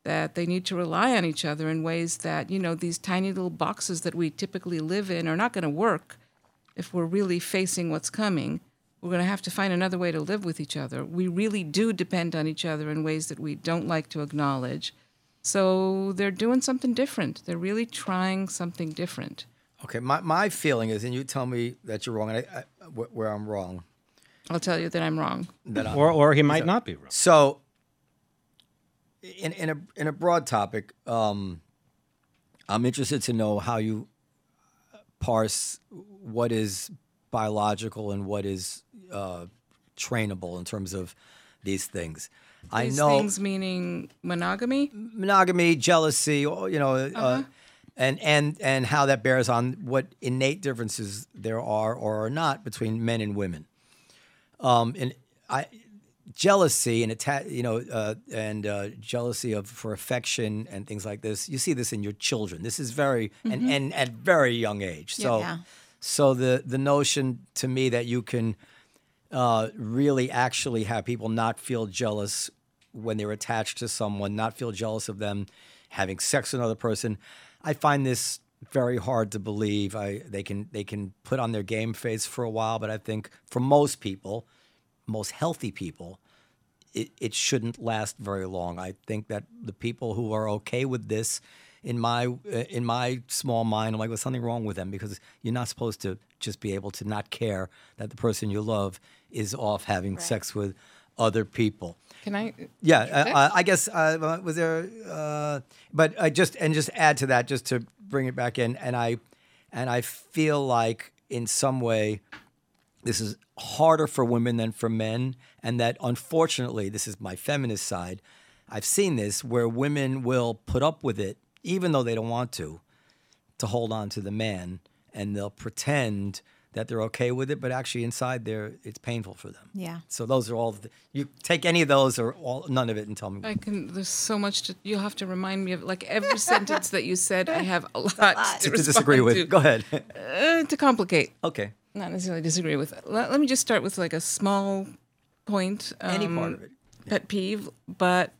E: that they need to rely on each other in ways that you know these tiny little boxes that we typically live in are not going to work if we're really facing what's coming we're going to have to find another way to live with each other we really do depend on each other in ways that we don't like to acknowledge so they're doing something different they're really trying something different
C: Okay. My, my feeling is, and you tell me that you're wrong, and I, I, wh- where I'm wrong.
E: i'll tell you that i'm wrong
A: Or, or he might not be wrong.
C: So, in in a in a broad topic, um, I'm interested to know how you parse what is biological and what is uh, trainable in terms of these things. I
E: these
C: know
E: things meaning monogamy
C: monogamy, jealousy, or, you know, uh and and and how that bears on what innate differences there are or are not between men and women. Um, and I jealousy and atta- you know, uh, and uh, jealousy of for affection and things like this. You see this in your children. This is very and and at very young age. So
B: Mm-hmm. Yeah.
C: so the the notion to me that you can uh, really actually have people not feel jealous when they're attached to someone, not feel jealous of them having sex with another person. I find this very hard to believe. I they can they can put on their game face for a while, but I think for most people, most healthy people, it, it shouldn't last very long. I think that the people who are okay with this, in my uh, in my small mind, I'm like, there's something wrong with them because you're not supposed to just be able to not care that the person you love is off having sex with other people.
E: can i
C: Yeah, uh, uh, I guess uh, was there, uh, but I just and just add to that, just to bring it back in, and I, and I feel like in some way, this is harder for women than for men, and that unfortunately, this is my feminist side. I've seen this where women will put up with it, even though they don't want to, to hold on to the man, and they'll pretend that they're okay with it, but actually inside, they're it's painful for them.
B: Yeah.
C: So those are all. The, you take any of those or all none of it and tell me.
E: I can. There's so much to. You'll have to remind me of like every sentence that you said. I have a lot, to,
C: to disagree with.
E: respond
C: Go ahead.
E: To, uh, to complicate,
C: okay.
E: not necessarily disagree with. Let, let me just start with like a small point.
C: Any
E: um,
C: part of it.
E: pet peeve, but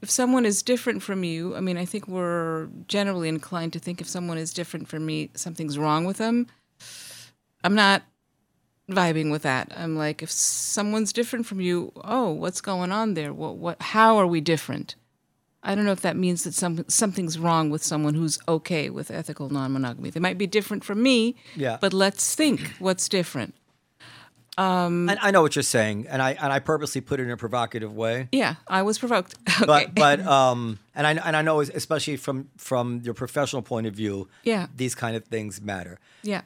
E: if someone is different from you, I mean, I think we're generally inclined to think if someone is different from me, something's wrong with them. I'm not vibing with that. I'm like, if someone's different from you, oh, what's going on there? What, what, how are we different? I don't know if that means that some, something's wrong with someone who's okay with ethical non monogamy. They might be different from me,
C: Yeah.
E: but let's think what's different.
C: And I know what you're saying, and I and I purposely put it in a provocative way.
E: Yeah, I was provoked. Okay.
C: But but um and I and I know especially from from your professional point of view.
E: Yeah.
C: These kind of things matter.
E: yeah.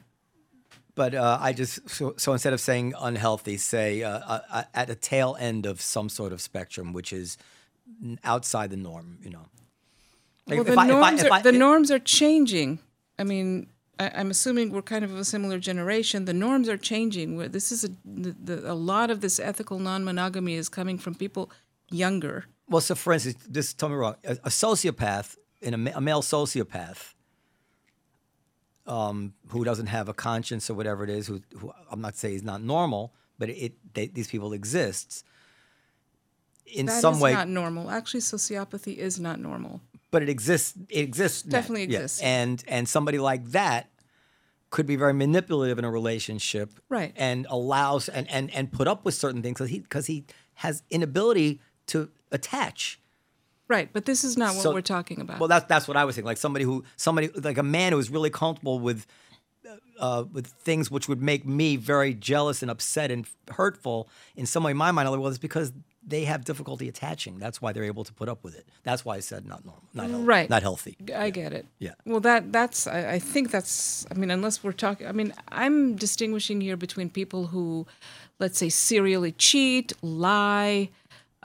C: But uh, I just so, so instead of saying unhealthy, say uh, uh, at a tail end of some sort of spectrum, which is n- outside the norm. You know. Like,
E: Well, the
C: if I- if I-
E: norms
C: if
E: are
C: I-
E: the
C: if-
E: norms are changing. I mean, I, I'm assuming we're kind of of a similar generation. The norms are changing. Where this is a the, the, a lot of this ethical non-monogamy is coming from people younger.
C: Well, so for instance, just tell me wrong. A, a sociopath, in a, ma- a male sociopath, um, who doesn't have a conscience or whatever it is, who, who I'm not saying he's not normal, but it they, these people exist in
E: That is
C: some way.
E: not normal. Actually, sociopathy is not normal.
C: but it exists. It exists. now,
E: Definitely
C: yeah.
E: exists.
C: And and somebody like that could be very manipulative in a relationship,
E: Right.
C: And allows and and and put up with certain things because he because he has inability to attach.
E: Right, but this is not what
C: So-
E: we're talking about.
C: Well, that's that's what I was thinking. Like somebody who somebody like a man who is really comfortable with uh, with things which would make me very jealous and upset and hurtful in some way. In my mind, I like, well, it's because they have difficulty attaching. That's why they're able to put up with it. That's why I said not normal, not healthy,
E: Right.
C: not healthy.
E: I get it.
C: Yeah.
E: Well, that that's I, I think that's I mean unless we're talking I mean I'm distinguishing here between people who, let's say, serially cheat, lie,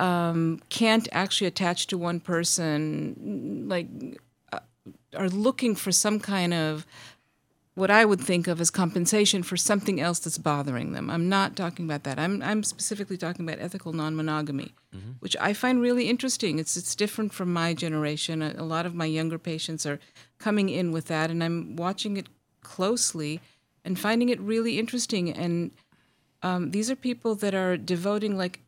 E: um, can't actually attach to one person, like uh, are looking for some kind of what I would think of as compensation for something else that's bothering them. I'm not talking about that. I'm I'm specifically talking about ethical non-monogamy, which I find really interesting. It's it's different from my generation. A, a lot of my younger patients are coming in with that, and I'm watching it closely and finding it really interesting. And um, these are people that are devoting like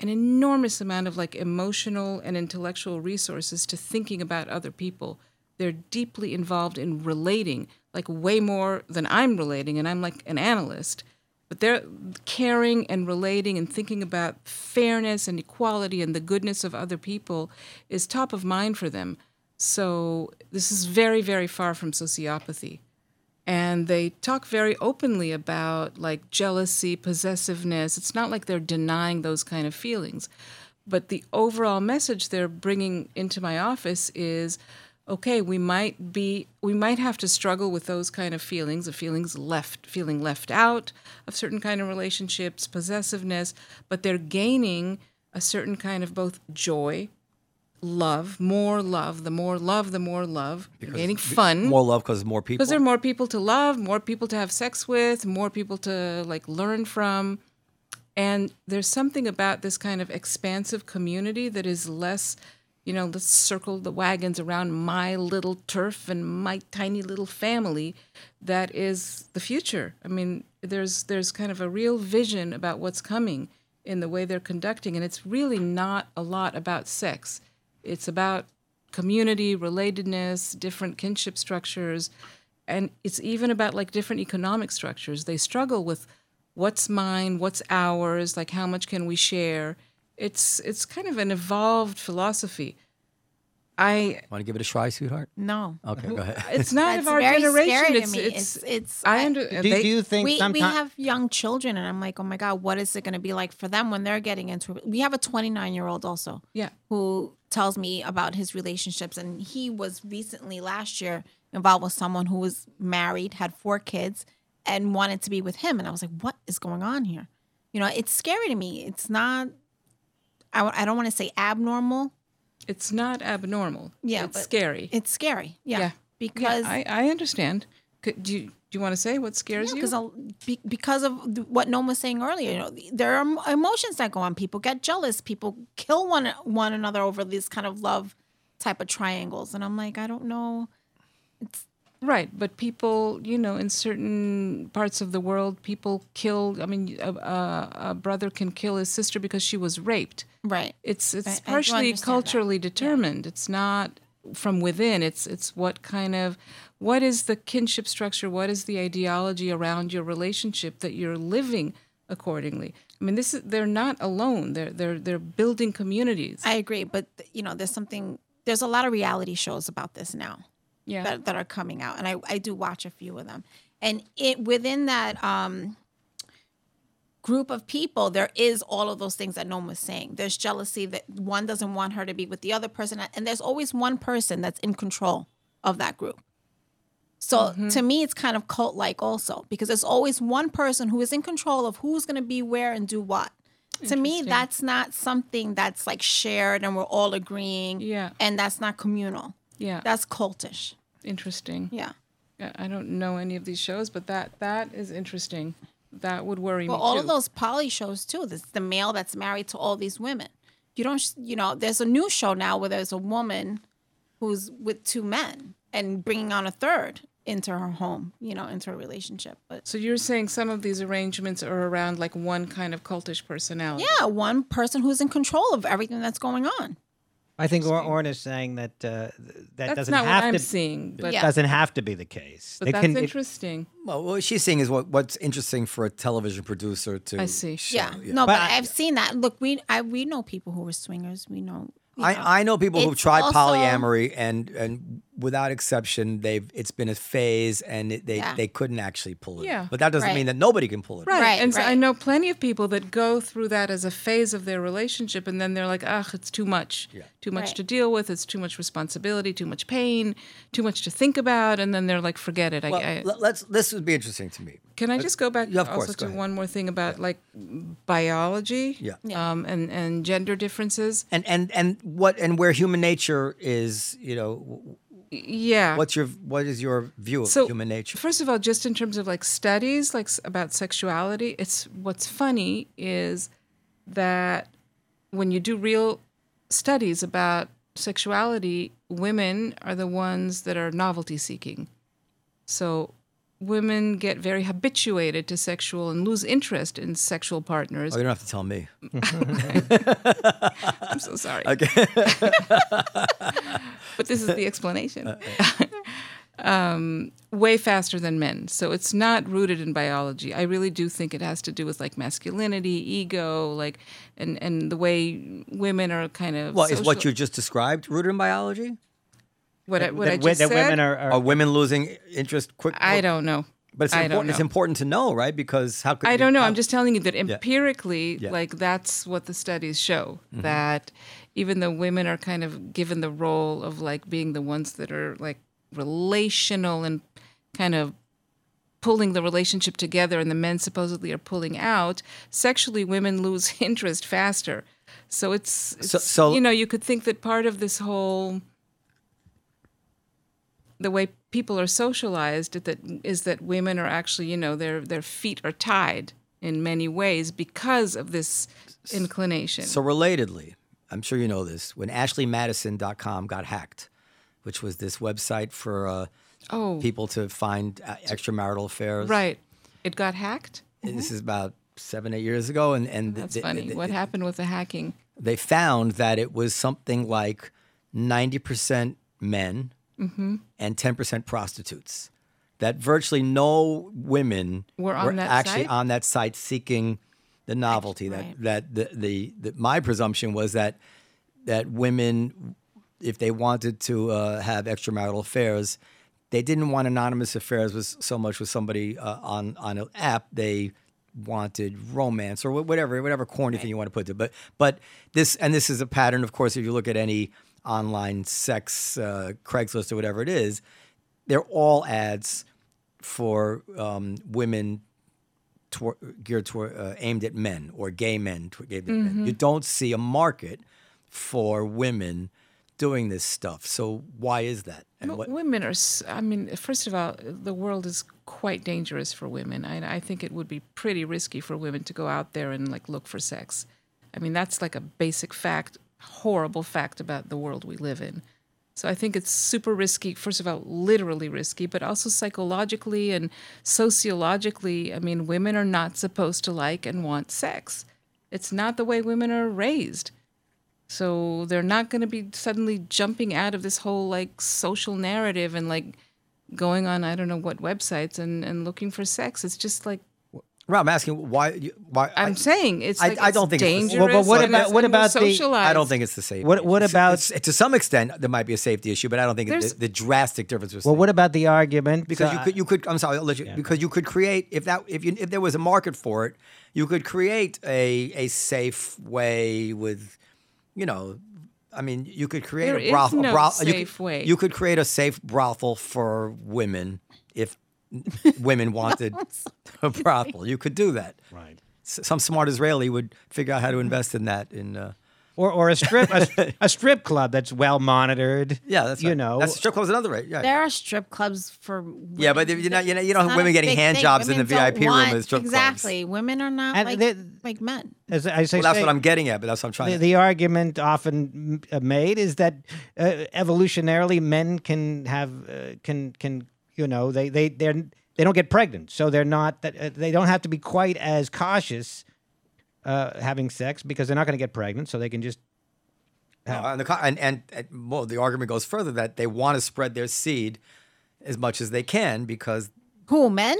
E: an enormous amount of like emotional and intellectual resources to thinking about other people they're deeply involved in relating like way more than i'm relating and i'm like an analyst but they're caring and relating and thinking about fairness and equality and the goodness of other people is top of mind for them so this is very very far from sociopathy and they talk very openly about like jealousy, possessiveness. It's not like they're denying those kind of feelings. But the overall message they're bringing into my office is okay, we might be we might have to struggle with those kind of feelings, of feelings left, feeling left out of certain kind of relationships, possessiveness, but they're gaining a certain kind of both joy, love, more love, the more love, the more love, they're gaining fun.
C: More love because more people.
E: Because there are more people to love, more people to have sex with, more people to like learn from. And there's something about this kind of expansive community that is less, you know, let's circle the wagons around my little turf and my tiny little family that is the future. I mean, there's there's kind of a real vision about what's coming in the way they're conducting and it's really not a lot about sex. It's about community, relatedness, different kinship structures, and it's even about like different economic structures. They struggle with what's mine, what's ours, like how much can we share. It's it's kind of an evolved philosophy. I
C: Want to give it a try, sweetheart?
B: No.
C: Okay, go ahead.
E: it's not
B: That's
E: of our
B: very
E: generation.
B: scary to
E: it's,
B: me.
E: it's
B: It's- it's-
E: I
B: I-
E: understand.
A: Do, do you think
B: we, we
A: sometimes
B: have young children, and I'm like, oh my God, what is it going to be like for them when they're getting into it? We have a 29 year old also
E: yeah.
B: who tells me about his relationships. And he was recently last year involved with someone who was married, had four kids, and wanted to be with him. And I was like, what is going on here? You know, it's scary to me. It's not, I, w- I don't want to say abnormal.
E: It's not abnormal.
B: Yeah,
E: it's
B: but-
E: scary.
B: It's scary. Yeah.
E: Yeah.
B: Because
E: I, I understand. Could, do you, do you want to say what scares you?
B: because be, because of th- what Noam was saying earlier, you know, there are em- emotions that go on. People get jealous. People kill one one another over these kind of love type of triangles. And I'm like, I don't know.
E: Right, but people, you know, in certain parts of the world, people kill. I mean, a, a, a brother can kill his sister because she was raped.
B: Right.
E: It's
B: I
E: it's
B: do
E: partially
B: understand that.
E: culturally determined. It's not from within. It's it's what kind of what is the kinship structure? What is the ideology around your relationship that you're living accordingly? I mean, this is they're not alone. They're they're they're building communities.
B: I agree, but you know, there's something. There's a lot of reality shows about this now.
E: yeah.
B: that, that are coming out and I, I do watch a few of them and it within that um group of people there is all of those things that Noam was saying there's jealousy that one doesn't want her to be with the other person and there's always one person that's in control of that group So
E: Mm-hmm.
B: to me, it's kind of cult like also because there's always one person who is in control of who's going to be where and do what. To me, that's not something that's like shared and we're all agreeing.
E: Yeah.
B: And that's not communal.
E: Yeah.
B: That's cultish.
E: interesting.
B: Yeah.
E: I I don't know any of these shows, but that that is interesting. That would worry
B: Well,
E: me
B: all
E: too.
B: of those poly shows too. This the male that's married to all these women. You don't, sh- you know. There's a new show now where there's a woman who's with two men and bringing on a third into her home, you know, into a relationship. But
E: so you're saying some of these arrangements are around like one kind of cultish personality.
B: yeah, one person who's in control of everything that's going on.
A: I think Or- Orrin is saying that uh, th- that
E: That's
A: doesn't
E: not
A: have
E: what I'm
A: to
E: seeing, but,
B: Yeah.
A: doesn't have to be the case.
E: but
A: They
E: that's
A: can- it-
E: interesting.
C: Well, what she's saying is what, what's interesting for a television producer to.
E: I see.
C: show.
B: Yeah. No,
A: But
B: but,
A: I-
B: I, have seen that. Look, we I we know people who were swingers. We know. you know.
C: I, I know people who've
B: It's
C: tried
B: also-
C: polyamory and and without exception they've it's been a phase and it, they
B: Yeah.
C: they couldn't actually pull it.
E: Yeah.
C: But that doesn't
B: Right.
C: mean that nobody can pull it.
E: Right.
B: Right,
E: and so I
B: right.
E: know plenty of people that go through that as a phase of their relationship and then they're like, ugh, it's too much. Too much
B: Right.
E: to deal with. It's too much responsibility, too much pain, too much to think about. And then they're like, forget it.
C: Well,
E: I, I,
C: let- let's this would be interesting to me.
E: Can I just go back
C: yeah, of course,
E: also
C: go
E: to
C: ahead.
E: one more thing about like biology?
C: Yeah.
B: Yeah.
E: Um, and, and gender differences.
C: And and and what and where human nature is, you know, w-
E: Yeah.
C: what's your what is your view of human nature?
E: First of all, just in terms of like studies, like s- about sexuality, it's what's funny is that when you do real studies about sexuality, women are the ones that are novelty seeking. So women get very habituated to sexual and lose interest in sexual partners.
C: Oh, you don't have to tell me.
E: I'm so sorry.
C: Okay.
E: but this is the explanation.
C: Uh-uh.
E: um, way faster than men. So it's not rooted in biology. I really do think it has to do with like masculinity, ego, like, and and the way women are kind of.
C: well, is what
E: social-
C: you just described rooted in biology?
E: what, I- what I
A: that, wi-
E: just
A: that
E: said?
A: women are, are
C: Are women losing interest quick?
E: I don't know.
C: But it's
E: I
C: important.
E: don't know.
C: It's important to know, right? Because how could
E: I
C: you-
E: don't know.
C: how-
E: I'm just telling you that empirically,
C: Yeah. Mm-hmm.
E: like that's what the studies show that even though women are kind of given the role of like being the ones that are like relational and kind of pulling the relationship together and the men supposedly are pulling out, sexually women lose interest faster. So it's, it's-
C: so-
E: you know, you could think that part of this whole the way people are socialized is that is that women are actually you know their their feet are tied in many ways because of this inclination.
C: So relatedly, I'm sure you know this, when ashleymadison.com got hacked, which was this website for uh,
E: oh,
C: people to find uh, extramarital affairs.
E: right, it got hacked.
C: This is about seven, eight years ago. And, and
E: That's
C: they,
E: funny.
C: They,
E: what happened with the hacking?
C: they found that it was something like 90% men
E: Mm-hmm.
C: and 10% prostitutes. That virtually no women
E: Were on that
C: actually
E: site?
C: on that site seeking the novelty. That that the, the the my presumption was that that women, if they wanted to uh, have extramarital affairs, they didn't want anonymous affairs with so much with somebody uh, on on an app. They wanted romance or wh- whatever whatever corny thing you want to put to. it. But but this and this is a pattern, of course. If you look at any online sex uh, Craigslist or whatever it is, they're all ads for um, women toward, geared toward, uh, aimed at men or gay men. Tw- gay
E: Mm-hmm.
C: men. You don't see a market for women doing this stuff. So why is that? And
E: Well,
C: what,
E: women are. s- I mean, first of all, the world is quite dangerous for women. I, I think it would be pretty risky for women to go out there and like look for sex. I mean, that's like a basic fact, horrible fact about the world we live in. So I think it's super risky. First of all, literally risky, but also psychologically and sociologically. I mean, women are not supposed to like and want sex. It's not the way women are raised. So they're not going to be suddenly jumping out of this whole like social narrative and like going on I don't know what websites and and looking for sex. It's just like
C: Rob, I'm asking why. you- Why
E: I'm
C: I,
E: saying it's
C: I-
E: like
C: I don't think it's
E: it's
C: the same.
E: dangerous.
C: Well, but what
E: and
A: about-
E: it's-
A: what
E: and we're
A: about the- I don't
E: socialized.
C: I don't think it's the same.
A: What- what
C: It's-
A: about-
C: it's- to some extent there might be a safety issue, but I don't think it,
E: There's-
C: the, the drastic difference was.
A: well. What about the argument? Uh,
C: because
A: So
C: you
A: I-
C: could you could I'm sorry I'll let you because you could create if that if you if there was a market for it you could create a a safe way with you know I mean, you could create
E: There
C: a
E: is
C: brothel.
E: no
C: a brothel you,
E: safe
C: could,
E: way.
C: you could create a safe brothel for women if women wanted a brothel. You could do that.
A: Right.
C: S- some smart Israeli would figure out how to invest in that. In uh,
A: Or, or a strip a, a strip club that's well monitored.
C: yeah, that's
A: you
C: right.
A: know
C: that's strip clubs another right. Yeah,
B: There are strip clubs for women.
C: Yeah, but you know- you know- you
B: It's
C: don't have
B: not
C: women
B: a
C: getting
B: big
C: hand
B: thing.
C: jobs in the
B: Women don't
C: VIP room
B: want-
C: at strip clubs.
B: Exactly. Women are not
A: And
B: like
A: they-
B: like men.
A: as I say,
C: well, that's
A: say-
C: what I'm getting at. But that's what I'm trying.
A: the,
C: to,
A: the argument often m- uh, made is that uh, evolutionarily men can have uh, can can you know they they they're they don't get pregnant so they're not that uh, they don't have to be quite as cautious uh, having sex because they're not going to get pregnant so they can just
C: No, and, the, co- and, and, and well, the argument goes further that they want to spread their seed as much as they can because
B: Who men?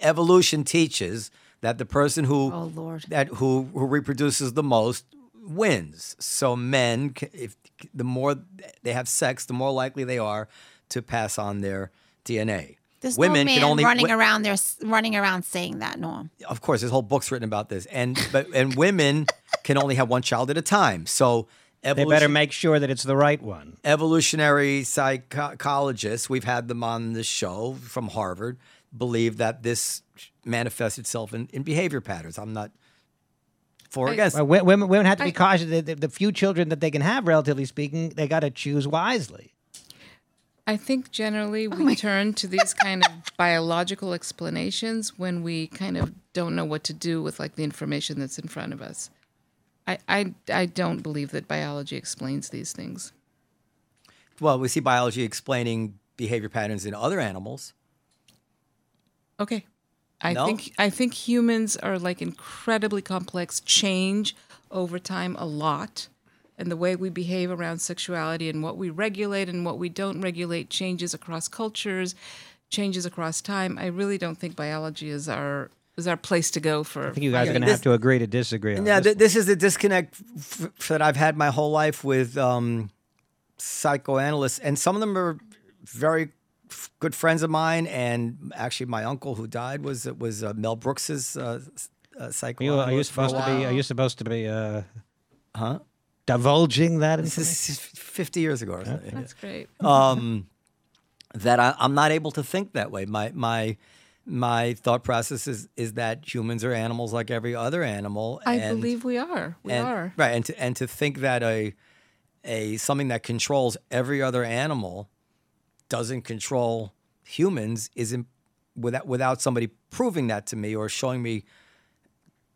C: evolution teaches that the person who
B: Oh, Lord.
C: that who who reproduces the most wins. So men, c- if the more they have sex, the more likely they are to pass on their DNA.
B: There's no man running around there s- running around saying that, Norm.
C: Of course, there's whole books written about this, and but and women can only have one child at a time. So
A: they
C: evolution,
A: better make sure that it's the right one
C: evolutionary psychologists, we've had them on the show from Harvard, believe that this manifests itself in, in behavior patterns. I'm not for or against.
A: Well, wo- women women have to be cautious the, the, the few children that they can have relatively speaking they got to choose wisely
E: I think generally
C: Oh
E: we turn to these kind of biological explanations when we kind of don't know what to do with like the information that's in front of us. I I, I don't believe that biology explains these things.
C: well, we see biology explaining behavior patterns in other animals.
E: Okay. I
C: No?
E: think I think humans are like incredibly complex, change over time a lot. And the way we behave around sexuality and what we regulate and what we don't regulate changes across cultures, changes across time. I really don't think biology is our is our place to go for
A: i think you guys are going to
C: this-
A: have to agree to disagree on
C: Yeah,
A: this
C: th- this is the disconnect f- f- that I've had my whole life with um, psychoanalysts, and some of them are very f- good friends of mine. And actually, my uncle who died was was uh, Mel Brooks's uh, s- uh,
A: You,
C: psychoanalyst.
A: are you
C: for a
A: supposed to be? Are you supposed to be? Uh, huh? Divulging that information?
C: This is 50 years ago or something.
E: That's great.
C: That I, I'm not able to think that way. My my my thought process is is that humans are animals like every other animal.
E: I
C: and,
E: believe we are. We
C: and,
E: are.
C: right, and to and to think that a a something that controls every other animal doesn't control humans is imp- without without somebody proving that to me or showing me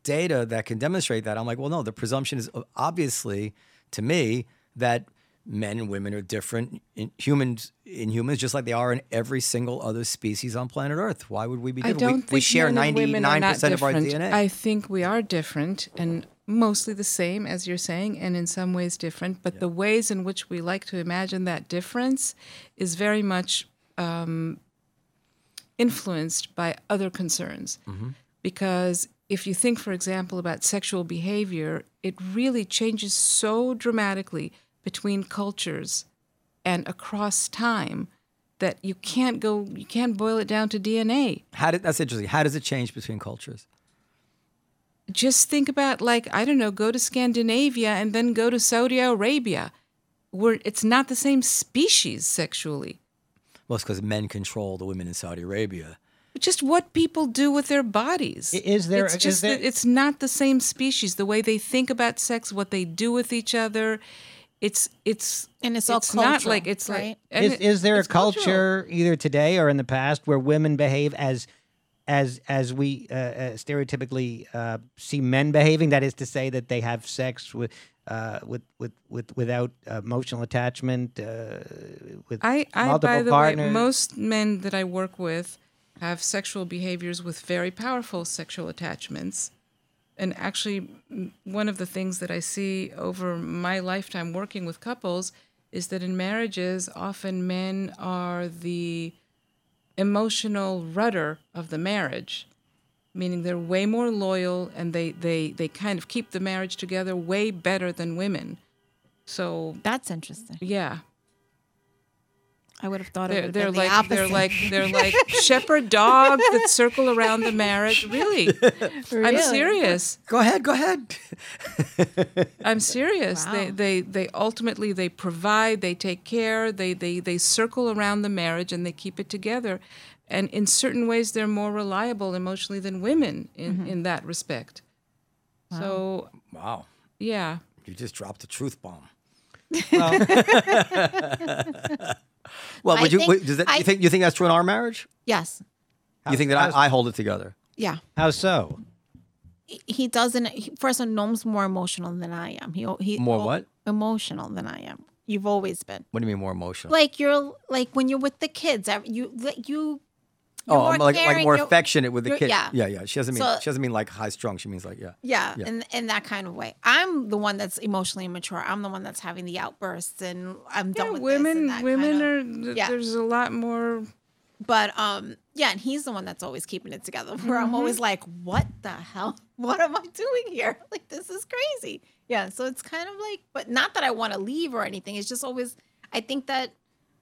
C: data that can demonstrate that. I'm like, well, no, the presumption is obviously to me that men and women are different in humans in humans just like they are in every single other species on planet earth why would we be
E: I
C: different
E: don't
C: we,
E: think
C: we share
E: men and women are
C: 99%
E: not
C: of our
E: different.
C: dna
E: I think we are different and mostly the same as you're saying and in some ways different, but the ways in which we like to imagine that difference is very much um, influenced by other concerns.
C: Mm-hmm.
E: Because if you think, for example, about sexual behavior, it really changes so dramatically between cultures and across time that you can't go, you can't boil it down to DNA.
C: how did that's interesting how does it change between cultures
E: Just think about, like, I don't know, go to Scandinavia and then go to Saudi Arabia, where it's not the same species sexually.
C: Well, it's because men control the women in Saudi Arabia.
E: just what people do with their bodies.
A: I- is there-
E: It's
A: is
E: just
A: there-
E: that it's not the same species. The way they think about sex, what they do with each other, it's it's
B: And it's all
E: not
B: cultural,
E: like it's
B: right?
E: like and
A: Is,
E: it-
A: is there a
E: it's cultural.
A: culture either today or in the past where women behave as as as we uh, uh, stereotypically uh, see men behaving? That is to say that they have sex with uh, with, with with without emotional attachment. Uh, with
E: I, I
A: multiple
E: by the
A: partners.
E: way, most men that I work with have sexual behaviors with very powerful sexual attachments. And actually, m- one of the things that I see over my lifetime working with couples is that in marriages, often men are the emotional rudder of the marriage meaning they're way more loyal and they they they kind of keep the marriage together way better than women so
B: That's interesting.
E: yeah
B: I would have thought it
E: They're,
B: would
E: they're
B: have been
E: like
B: the opposite.
E: they're like they're like shepherd dogs that circle around the marriage. Really, I'm
B: Really?
E: serious.
C: Go ahead, go ahead.
E: I'm serious. They,
B: Wow.
E: they they ultimately they provide, they take care, they they they circle around the marriage and they keep it together. And in certain ways they're more reliable emotionally than women in,
B: Mm-hmm.
E: in that respect. So
C: Wow,
E: yeah.
C: you just dropped a truth bomb.
A: Well,
C: Well,
B: I
C: would you
B: think-
C: wait, does that,
B: I-
C: you think you think that's true in our marriage?
B: yes.
C: you think that I, I hold it together?
B: Yeah.
A: how so?
B: he doesn't. He, first of all, Noam's more emotional than I am. He he
C: More what?
B: Emotional than I am. You've always been
C: What do you mean more emotional?
B: like you're like when you're with the kids. ev- You like you. you're
C: oh, I'm like like
B: caring,
C: more
B: you're-
C: affectionate with the
B: you're-
C: kid.
B: yeah.
C: yeah, yeah. She doesn't mean
B: So-
C: she doesn't mean like high strung. She means like yeah.
B: Yeah,
C: Yeah.
B: in in that kind of way. I'm the one that's emotionally immature. I'm the one that's having the outbursts, and I'm done
E: Yeah,
B: with
E: women
B: This and that
E: women
B: kind of-
E: are th-
B: yeah.
E: there's a lot more
B: But um, yeah, and he's the one that's always keeping it together. Where
E: Mm-hmm.
B: I'm always like, "What the hell? What am I doing here? Like, this is crazy." Yeah, so it's kind of like, but not that I want to leave or anything. It's just always, I think that,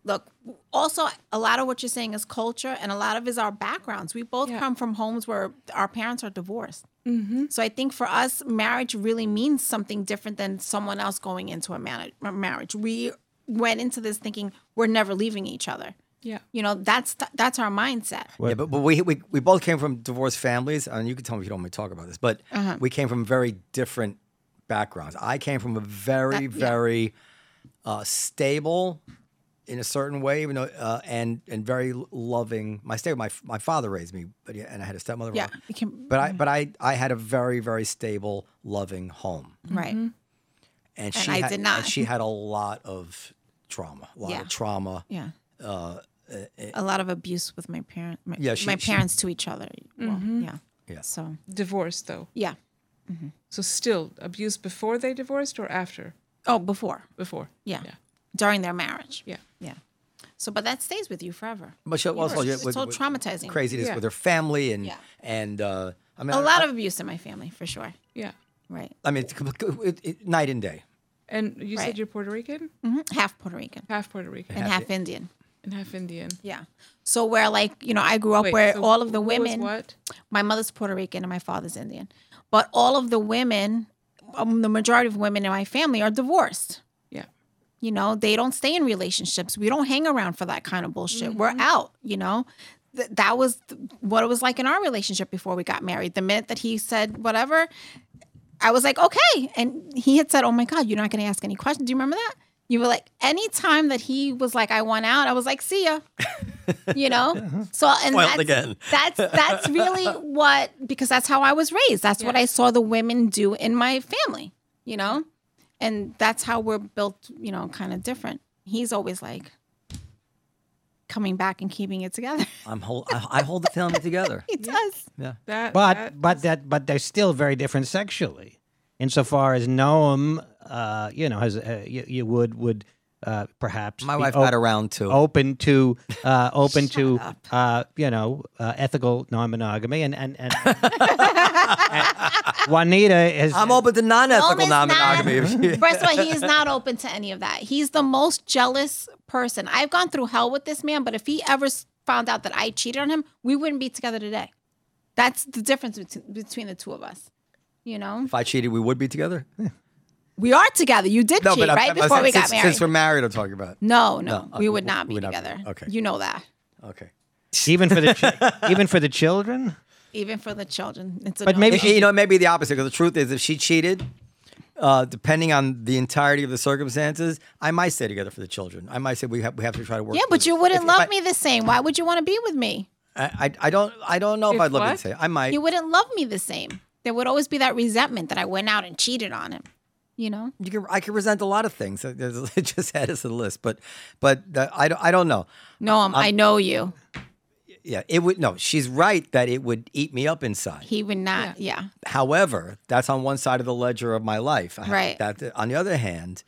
B: look, also a lot of what you're saying is culture, and a lot of is our backgrounds. We both
E: Yeah. Mm-hmm.
B: come from homes where our parents are divorced, so I think for us, marriage really means something different than someone else going into a, man- a marriage. We went into this thinking we're never leaving each other.
E: Yeah.
B: You know, that's that's our mindset.
C: Yeah, but, but we, we we both came from divorced families, and you can tell me if you don't want me to talk about this. But
B: Uh-huh.
C: we came from very different backgrounds. I came from a very
B: That- yeah.
C: very uh, stable, in a certain way, even though, uh, and and very l- loving. My stable, my my father raised me, but yeah, and I had a stepmother.
B: Yeah,
C: whatever.
B: you can-
C: but I but I I had a very very stable, loving home,
E: Mm-hmm.
B: Right.
C: and,
B: And
C: she
B: I
C: had,
B: did not.
C: And she had a lot of trauma, a lot
B: Yeah.
C: of trauma.
B: Yeah. a lot of abuse with my parents. My,
C: Uh, eh, Yeah, she-
B: my
C: she-
B: parents to each other. Well,
E: Mm-hmm.
B: yeah.
C: Yeah.
B: So
E: divorce though.
B: yeah.
E: So still abuse before they divorced or after?
B: Oh, before.
E: Before.
B: Yeah.
E: Yeah.
B: During their marriage.
E: Yeah.
B: Yeah. So, but that stays with you forever.
C: But she also
B: It's
C: yeah,
B: so traumatizing.
C: craziness
E: Yeah.
C: with her family and
B: Yeah.
C: and uh, I mean
B: A
C: I-
B: lot of abuse in my family, for sure.
E: Yeah.
B: Right.
C: I mean, it's com- it, it, night and day.
E: And you
B: Right.
E: said you're Puerto Rican?
B: Mhm. Half Puerto Rican
E: Half Puerto Rican
B: and half Indian.
E: and half Indian.
B: Yeah. So where like you know I grew up
E: Wait,
B: where
E: so
B: all of the
E: who was
B: women.
E: what?
B: my mother's Puerto Rican and my father's Indian. But all of the women, um, the majority of women in my family are divorced.
E: Yeah.
B: You know, they don't stay in relationships. We don't hang around for that kind of bullshit. We're out, you know? Th- that was th- what it was like in our relationship before we got married. The minute that he said whatever, I was like, okay. And he had said, oh my God, you're not going to ask any questions. Do you remember that? You were like, anytime that he was like, I want out, I was like, see ya. You know? So, and
C: Spoiled
B: that's,
C: again.
B: that's that's really what because that's how I was raised. That's what I saw the women do in my family, you know? And that's how we're built, you know, kind of different. He's always like coming back and keeping it together.
C: I'm hold, I, I hold the family together.
B: He does.
C: Yeah.
E: That
A: But
E: that-
A: but that but they're still very different sexually, insofar as Noam, uh, you know, has uh, you, you would would uh, perhaps
C: My
A: be
C: wife
A: op-
C: got around to.
A: open to uh, open to uh, you know uh, ethical non-monogamy and and, and, and Juanita is
C: I'm open to non-ethical
B: Noam is not-
C: non-monogamy. if you-
B: First of all, he is not open to any of that. He's the most jealous person. I've gone through hell with this man, but if he ever s- found out that I cheated on him, we wouldn't be together today. That's the difference bet- between the two of us. You know,
C: if I cheated, we would be together.
B: we are together. You did cheat
C: I'm-
B: right
C: I'm-
B: before we got
C: since,
B: married.
C: Since we're married, I'm talking about.
B: No, no,
C: No,
B: we
C: uh,
B: would
C: we-
B: not be
C: we'd not be-
B: together.
C: okay.
B: You know that.
C: Okay.
A: even for the chi- even for the children.
B: Even for the children, it's a
A: But
B: no.
A: maybe-
C: You know, it may be the opposite because the truth is, if she cheated, uh, depending on the entirety of the circumstances, I might stay together for the children. I might say we have we have to try to work.
B: Yeah, but
C: through
B: you
C: this.
B: wouldn't
C: If- if
B: love
C: I-
B: me the same. Why would you want to be with me?
C: I, I I don't I don't know if,
E: If
C: I'd love you to
E: what?
C: say. I might.
B: You wouldn't love me the same. There would always be that resentment that I went out and cheated on him. You know.
C: you can I can resent a lot of things. It it just added to the list, but but the, I don't I don't know.
B: No, I'm, I know you.
C: Yeah, it would no. She's right that it would eat me up inside.
B: He would not. Yeah.
C: However, that's on one side of the ledger of my life. I-
B: Right.
C: That on the other hand,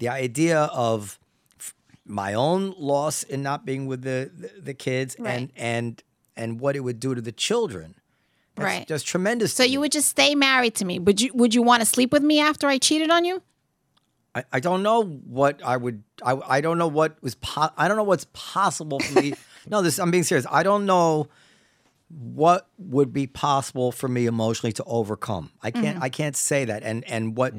C: the idea of f- my own loss in not being with the the, the kids and
B: Right.
C: and and what it would do to the children. That's
B: Right.
C: Just tremendous.
B: So you would just stay married to me. Would you? Would you want to sleep with me after I cheated on you?
C: I, I don't know what I would I, I don't know what was po- I don't know what's possible for me. no, this I'm being serious. I don't know what would be possible for me emotionally to overcome. I can't I can't say that and and what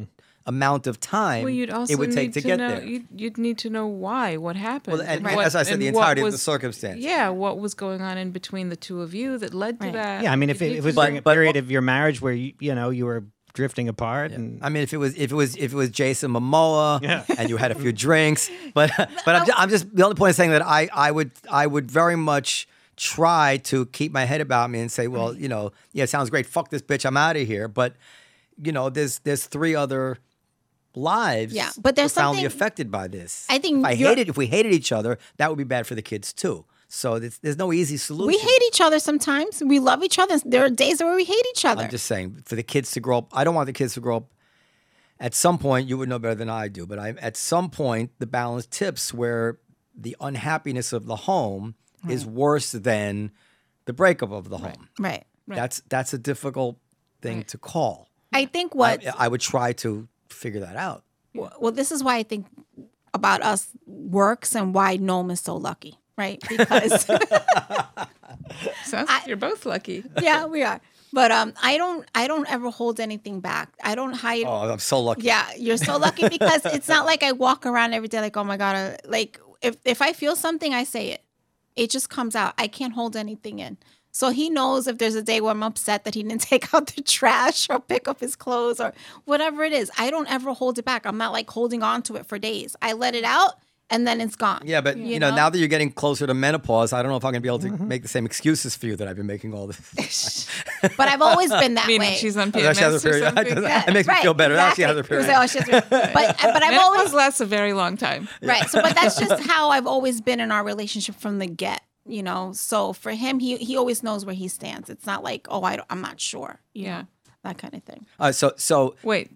C: amount of time
E: Well, you'd also
C: it would take
E: need
C: to,
E: to,
C: get
E: know,
C: there.
E: You'd, you'd need to know why, what happened.
C: Well, and
E: what-
C: as I said,
E: and
C: the
E: what
C: entirety of the
E: was-
C: circumstance.
E: Yeah, what was going on in between the two of you that led to
B: Right.
E: that?
A: Yeah, I mean, if
E: You'd
A: it,
E: need
A: it
E: to
A: was
E: know.
A: during a
C: but-
A: period of your marriage where you, you know you were drifting apart, and
C: I mean, if it was if it was if it was Jason Momoa, and you had a few drinks, but but I'm just, I'm just the only point is saying that I I would I would very much try to keep my head about me and say, well, you know, yeah, sounds great. Fuck this bitch, I'm out of here. But you know, there's there's three other lives,
B: Yeah, but there's
C: profoundly
B: something-
C: affected by this.
B: I think
C: if I
B: you're-
C: hated if we hated each other, that would be bad for the kids too. So there's, there's no easy solution.
B: We hate each other sometimes. We love each other. There are days where we hate each other.
C: I'm just saying for the kids to grow up. I don't want the kids to grow up. At some point, you would know better than I do, but I, at some point, the balance tips where the unhappiness of the home is worse than the breakup of the home.
B: right.
C: That's that's a difficult thing to call.
B: I think what
C: I would try to figure that out.
B: Well, well, this is why I think about us works and why Noam is so lucky, right? Because
E: Sounds like you're both lucky.
B: yeah, we are. But um, I don't, I don't ever hold anything back. I don't hide.
C: Oh, I'm so lucky.
B: Yeah, you're so lucky because it's not like I walk around every day like, oh my god, uh, like if if I feel something, I say it. It just comes out. I can't hold anything in. So he knows if there's a day where I'm upset that he didn't take out the trash or pick up his clothes or whatever it is. I don't ever hold it back. I'm not like holding on to it for days. I let it out and then it's gone.
C: Yeah, but you,
B: know?
C: know,
B: Mm-hmm.
C: now that you're getting closer to menopause, I don't know if I'm gonna be able to make the same excuses for you that I've been making all this.
B: But I've always been that
E: Meaning
B: way.
E: she's on
C: Now
E: PMS
C: she has
E: or
C: a period.
E: something.
C: it makes me feel better. Now she has
B: exactly.
C: a period.
B: You say, oh, she has a period. But but I've
E: Menopause
B: always
E: lasts a very long time.
B: right so but that's just how i've always been in our relationship from the get you know so for him he he always knows where he stands it's not like oh I don't, i'm not sure you
E: Yeah.
B: know, that kind of thing
C: Uh, so so
E: Wait,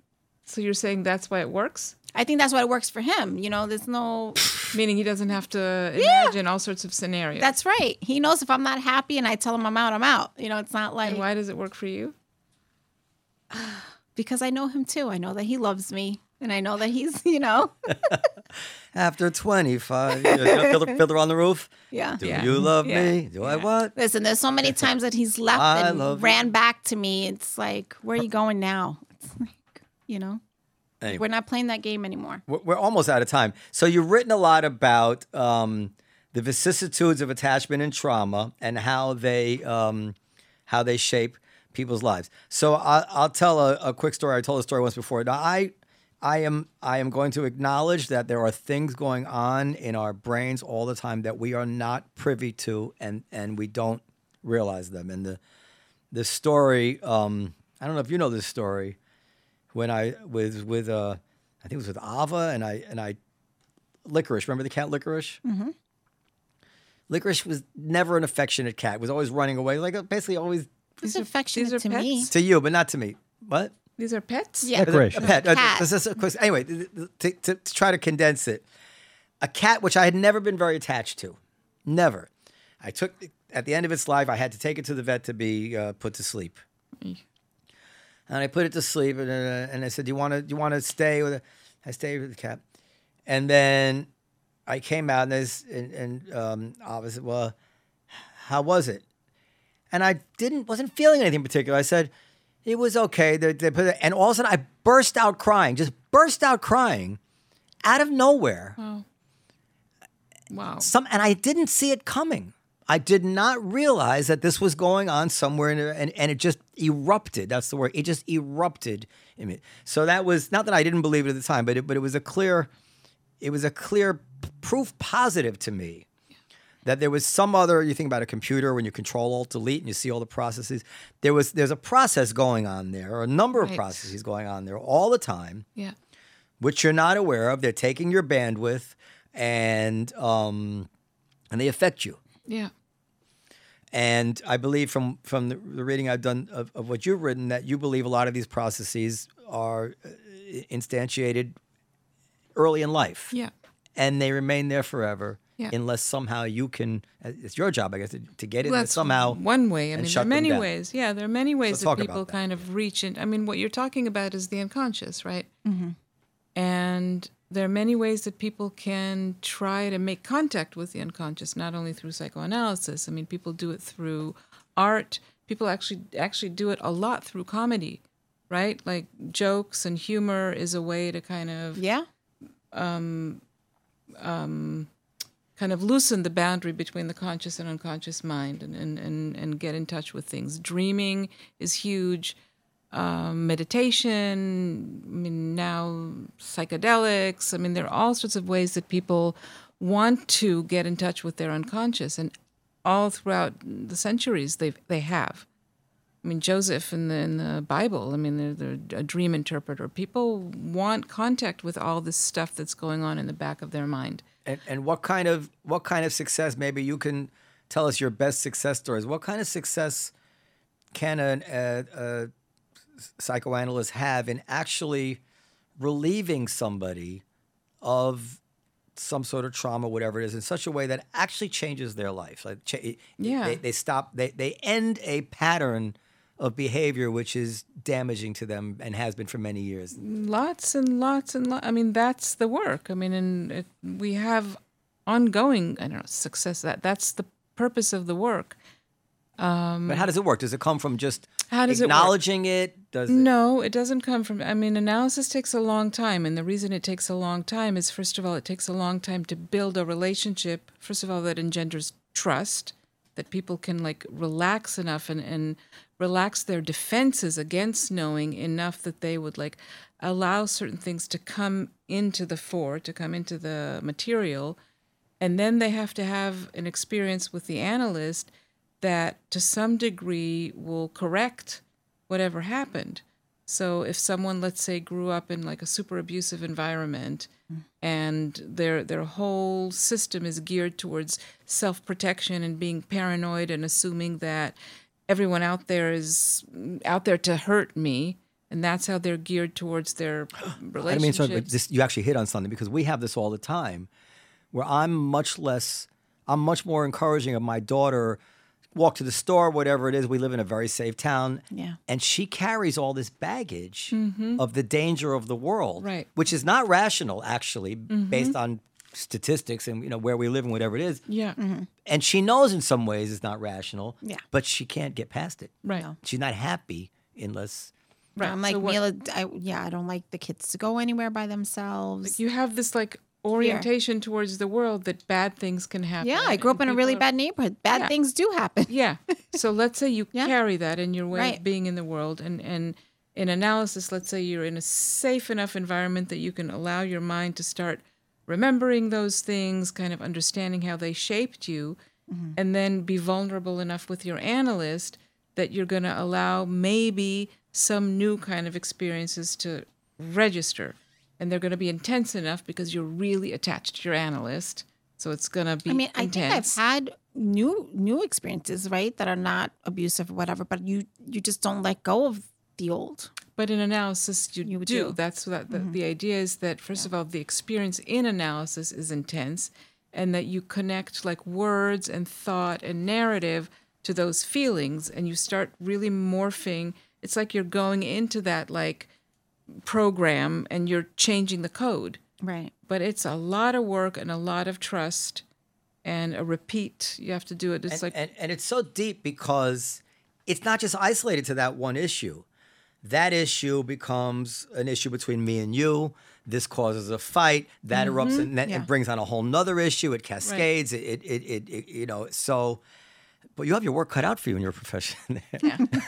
E: so you're saying that's why it works?
B: i think that's why it works for him you know there's no
E: Meaning he doesn't have to imagine all sorts of scenarios.
B: that's right he knows if i'm not happy and i tell him i'm out i'm out you know it's not like
E: and why does it work for you?
B: because i know him too i know that he loves me and i know that he's you know
C: After 25 years. You know, Fiddler, Fiddler on the Roof?
B: Yeah.
C: Do
E: Yeah.
C: you love
E: Yeah.
C: me? Do I what?
B: listen there's so many times that he's left
C: I love
B: and
C: you.
B: ran back to me it's like where are you going now it's like you know
C: Anyway.
B: we're not playing that game anymore
C: We're, we're almost out of time. So you've written a lot about um, the vicissitudes of attachment and trauma and how they um, how they shape people's lives. So I, I'll tell a, a quick story. I told a story once before. Now I I am I am going to acknowledge that there are things going on in our brains all the time that we are not privy to and and we don't realize them. And the the story um, I don't know if you know this story. when I was with uh, I think it was with Ava and I and I Licorice. Remember the cat Licorice? Mm-hmm. Licorice was never an affectionate cat. Was always running away. Like basically always
B: It's affectionate
E: these are
B: to me.
E: pets?
C: to you, but not to me. What?
E: These are pets?
B: Yeah.
C: A pet. Uh,
B: Cat.
C: this is- of course- anyway, th- th- to, to, to try to condense it, a cat which I had never been very attached to, never. I took at the end of its life, I had to take it to the vet to be uh, put to sleep.
B: Mm.
C: And I put it to sleep, and, uh, and I said, "Do you want to? Do you want to stay with?" It? I stayed with the cat, and then I came out and this, and, and um, I was well, how was it? And I didn't wasn't feeling anything in particular. I said it was okay. They, they put it, and all of a sudden I burst out crying, just burst out crying, out of nowhere.
E: Wow.
C: Some and I didn't see it coming. I did not realize that this was going on somewhere, in there, and and it just erupted. That's the word. It just erupted in me. So that was not that I didn't believe it at the time, but it, but it was a clear, it was a clear p- proof positive to me that there was some other. You think about a computer when you Control Alt Delete and you see all the processes. There was there's a process going on there, or a number of
E: Right.
C: processes going on there all the time
E: Yeah.
C: which you're not aware of. They're taking your bandwidth, and um, and they affect you.
E: Yeah.
C: And I believe from from the, the reading I've done of, of what you've written that you believe a lot of these processes are uh, instantiated early in life,
E: Yeah.
C: and they remain there forever.
E: Yeah.
C: Unless somehow you can, uh, it's your job, I guess, to, to get it
E: Well,
C: and somehow.
E: one way. I
C: and
E: mean,
C: shut
E: there are
C: them
E: many
C: down.
E: ways. Yeah, there are many ways
C: talk
E: that
C: about
E: people
C: that.
E: kind of reach. And I mean, what you're talking about is the unconscious, right? Mm-hmm. And there are many ways that people can try to make contact with the unconscious, not only through psychoanalysis. I mean, people do it through art. People actually actually do it a lot through comedy, right? Like jokes and humor is a way to kind of
B: Yeah.
E: kind of loosen the boundary between the conscious and unconscious mind and, and, and, and get in touch with things. Dreaming is huge. Um, meditation, I mean, now psychedelics. I mean, there are all sorts of ways that people want to get in touch with their unconscious. And all throughout the centuries, they've, they have. I mean, Joseph in the, in the Bible, I mean, they're, they're a dream interpreter. People want contact with all this stuff that's going on in the back of their mind.
C: And, and what kind of what kind of success? Maybe you can tell us your best success stories. What kind of success can an, a, a psychoanalyst have in actually relieving somebody of some sort of trauma, whatever it is, in such a way that actually changes their life? Like, cha-
E: Yeah.
C: they, they stop. They they end a pattern of behavior which is damaging to them and has been for many years.
E: lots and lots and lots. I mean, that's the work. I mean, and it, we have ongoing. I don't know success. That that's the purpose of the work.
C: But how does it work? Does it come from just
E: How does it work?
C: acknowledging it? Does it-
E: No, it doesn't come from. I mean, analysis takes a long time, and the reason it takes a long time is, first of all, it takes a long time to build a relationship. First of all, that engenders trust, that people can like relax enough and and relax their defenses against knowing enough that they would like allow certain things to come into the fore, to come into the material, and then they have to have an experience with the analyst that to some degree will correct whatever happened. So if someone, let's say, grew up in like a super abusive environment and their their whole system is geared towards self-protection and being paranoid and assuming that everyone out there is mm, out there to hurt me and that's how they're geared towards their relationships.
C: I mean, sorry, but this, you actually hit on something because we have this all the time, where I'm much less, I'm much more encouraging of my daughter walk to the store, whatever it is. We live in a very safe town,
B: Yeah.
C: and she carries all this baggage of the danger of the world,
E: Mm-hmm. Right. Mm-hmm.
C: Which is not rational, actually, based on statistics and you know where we live and whatever it is.
E: yeah,
C: And she knows in some ways it's not rational,
B: Yeah.
C: But she can't get past it.
E: right,
C: She's not happy unless
E: right.
B: I'm like
E: So what-
B: Mila. I, yeah, I don't like the kids to go anywhere by themselves.
E: you have this like orientation towards the world that bad things can happen.
B: yeah, I grew up
E: and
B: in a
E: people
B: really
E: are-
B: bad neighborhood. Bad
E: Yeah.
B: things do happen.
E: Yeah. So let's say you
B: Yeah.
E: carry that in your way
B: Right.
E: of being in the world and and in analysis, let's say you're in a safe enough environment that you can allow your mind to start remembering those things, kind of understanding how they shaped you,
B: Mm-hmm.
E: and then be vulnerable enough with your analyst that you're going to allow maybe some new kind of experiences to register. And they're going to be intense enough because you're really attached to your analyst. So it's going to be
B: I mean, I think I've
E: intense.
B: had new new experiences, right, that are not abusive or whatever, but you you just don't let go of the old.
E: But in analysis, you,
B: You
E: do. Mm-hmm.
B: would do.
E: That's what the, the idea is that first of all, the experience in analysis is intense, and that you connect like words and thought and narrative to those feelings, and you start really morphing. It's like you're going into that like program, and you're changing the code.
B: Right.
E: But it's a lot of work and a lot of trust, and a repeat. You have to do it. It's like
C: and, and it's so deep because it's not just isolated to that one issue. That issue becomes an issue between me and you. This causes a fight that
E: Mm-hmm.
C: erupts and then
B: yeah.
C: it brings on a whole nother issue. It cascades. It, it, it, it, you know, so, but you have your work cut out for you in your profession.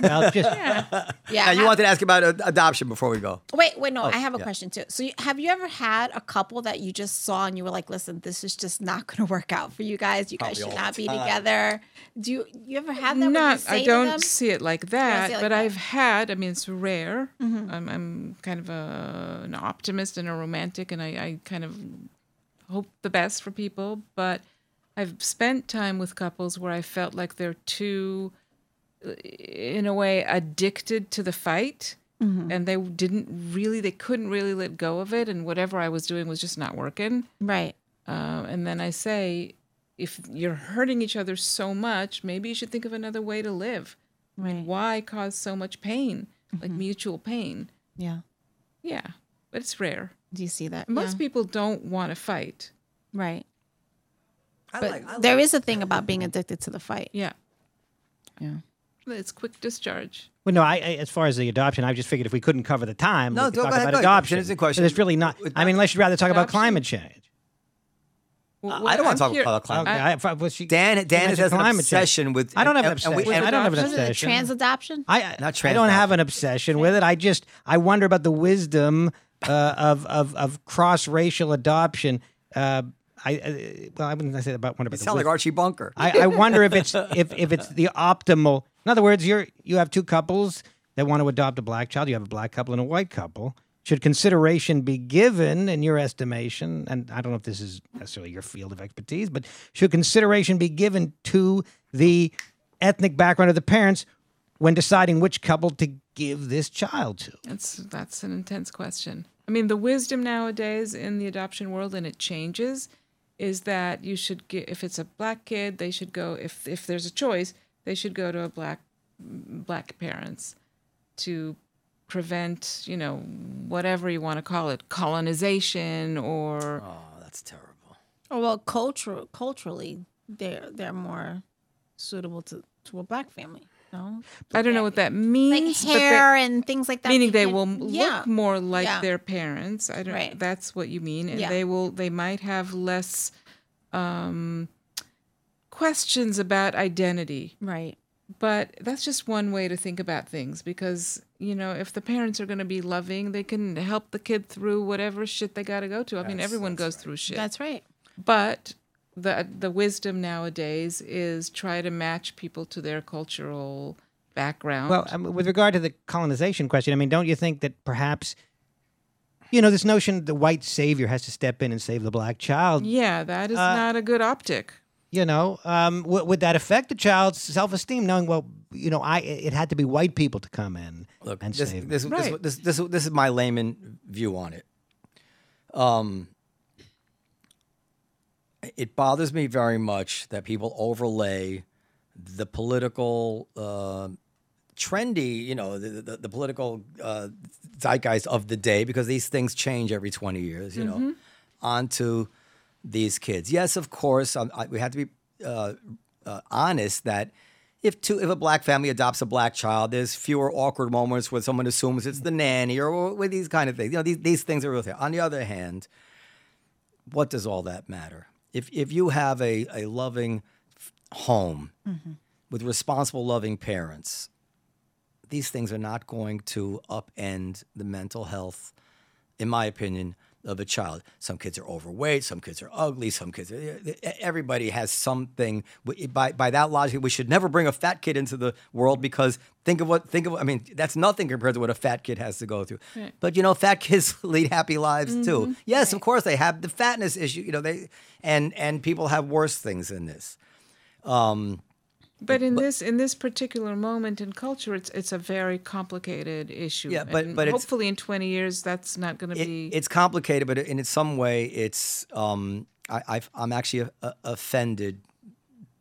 A: Well, just,
B: Yeah.
C: now,
B: I
C: you
B: have-
C: wanted to ask about a- adoption before we go.
B: wait, wait, no, I have a
C: yeah.
B: question too. So, you, have you ever had a couple that you just saw and you were like, "Listen, this is just not going to work out for you guys. You guys
C: Probably all
B: should
C: the
B: not be
C: time.
B: together." Do you you ever have that? where you
E: not
B: say
E: i
B: to
E: don't
B: them-
E: see it like
B: don't
E: that
B: see it like
E: but
B: that. Mm-hmm.
E: i've had i mean it's rare I'm, I'm kind of a, an optimist and a romantic and I, I kind of hope the best for people but i've spent time with couples where i felt like they're too uh, in a way addicted to the fight
B: Mm-hmm.
E: and they didn't really they couldn't really let go of it and whatever i was doing was just not working
B: right.
E: um, and then I say, if you're hurting each other so much, maybe you should think of another way to live.
B: Right. Mm-hmm.
E: Why cause so much pain, like mutual pain?
B: Yeah.
E: Yeah. but it's rare.
B: Do you see that?
E: Most
B: Yeah.
E: people don't want to fight.
B: right.
C: I
B: But
C: like, I
B: there
C: like-
B: is a thing about being addicted to the fight.
E: Yeah,
B: Yeah.
E: it's quick discharge.
A: Well, no, I, I as far as the adoption, I just figured if we couldn't cover the time,
C: No,
A: we could
C: go
A: talk
C: ahead,
A: about
C: go ahead.
A: adoption.
C: It's a question.
A: It's really not.
C: With-
A: I mean, unless you'd rather talk about
E: Adoption?
A: climate change.
E: Well,
C: I don't
E: what
C: want to
E: I'm
C: talk
E: hear-
C: about
B: Uh,
C: climate.
A: Okay,
E: I-
A: I, if I- well, she- she
C: Dan, Dan
A: mentioned
C: has an
A: climate change.
C: obsession with.
A: I don't have an
C: and- and we-
A: obsession.
C: and-
A: I don't have an
B: Was it a
A: obsession.
B: trans adoption?
A: I,
C: Not
A: I
C: trans
A: don't
C: adoption.
A: have an obsession with it. I just I wonder about the wisdom uh, of of of cross racial adoption. Uh, I, I well, I wouldn't say about wonder about
C: You
A: the
C: sound like
A: wisdom.
C: Archie Bunker.
A: I, I wonder if it's if, if it's the optimal. In other words, you're you have two couples that want to adopt a black child. You have a black couple and a white couple. Should consideration be given in your estimation? And I don't know if this is necessarily your field of expertise, but should consideration be given to the ethnic background of the parents when deciding which couple to give this child to?
E: That's that's an intense question. I mean, the wisdom nowadays in the adoption world, and it changes, is that you should get if it's a black kid, they should go if if there's a choice, they should go to a black black parents to prevent you know whatever you want to call it colonization or
C: oh, that's terrible.
B: Or Oh, well, cultural culturally, they're they're more suitable to to a black family. No,
E: I don't know what that
B: like
E: means. but they-
B: hair and things like that.
E: meaning they
B: can-
E: will m-
B: yeah.
E: look more like
B: Yeah.
E: their parents. I don't.
B: Right.
E: That's what you mean, and
B: Yeah.
E: they will. They might have less um, questions about identity,
B: Right.
E: but that's just one way to think about things. Because you know, if the parents are going to be loving, they can help the kid through whatever shit they got to go to. I mean, everyone goes through shit,
B: That's right.
E: but. The, the wisdom nowadays is try to match people to their cultural background.
A: Well, I mean, with regard to the colonization question, I mean, don't you think that perhaps, you know, this notion the white savior has to step in and save the black child
E: yeah, that is
B: uh,
E: not a good optic.
A: you know um, w- would that affect the child's self-esteem knowing well you know i it had to be white people to come in
C: Look,
A: and
C: this,
A: save me.
C: this, this,
E: Right.
C: this, this, this, is my layman view on it. Um, it bothers me very much that people overlay the political uh, trendy, you know, the, the, the political uh, zeitgeist of the day, because these things change every 20 years, you know, onto these kids. Yes, of course, um, I, we have to be uh, uh, honest that if two, if a black family adopts a black child, there's fewer awkward moments where someone assumes it's the nanny or with these kind of things. You know, these, these things are real. Thing. On the other hand, what does all that matter? If, if you have a, a loving f- home with responsible, loving parents, these things are not going to upend the mental health, in my opinion, of a child. Some kids are overweight, some kids are ugly, some kids are, e-, everybody has something. We- By, by that logic, we should never bring a fat kid into the world because think of what, think of, I mean, that's nothing compared to what a fat kid has to go through. But you know, fat kids lead happy lives too. Yes, of course they have the fatness issue, you know, they, and, and people have worse things than this.
E: But in this in this particular moment in culture, it's it's a very complicated issue.
C: Yeah, but-
E: and
C: but it's-
E: hopefully in twenty years, that's not going to
C: it-
E: be.
C: it's complicated, but in some way, it's um, I, I've, I'm actually a, a- offended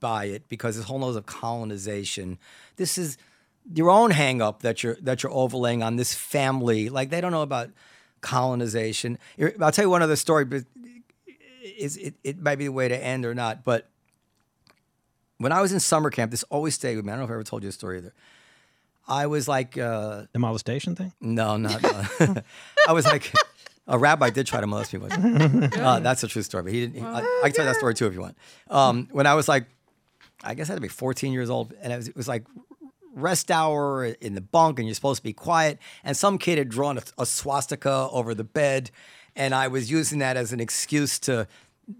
C: by it because this whole notion of colonization. This is your own hang up that you're that you're overlaying on this family. Like they don't know about colonization. Here, I'll tell you one other story, but is it, it might be the way to end or not. But when I was in summer camp, this always stayed with me. I don't know if I ever told you the story either. I was like. Uh,
A: the molestation thing
C: no, not. Uh, I was like, a rabbi did try to molest me once. Uh, that's a true story, but he didn't. he- I, I can tell you that story too if you want. Um, when I was like, I guess I had to be 14 years old, and it was, it was like rest hour in the bunk, and you're supposed to be quiet. And some kid had drawn a, a swastika over the bed, and I was using that as an excuse to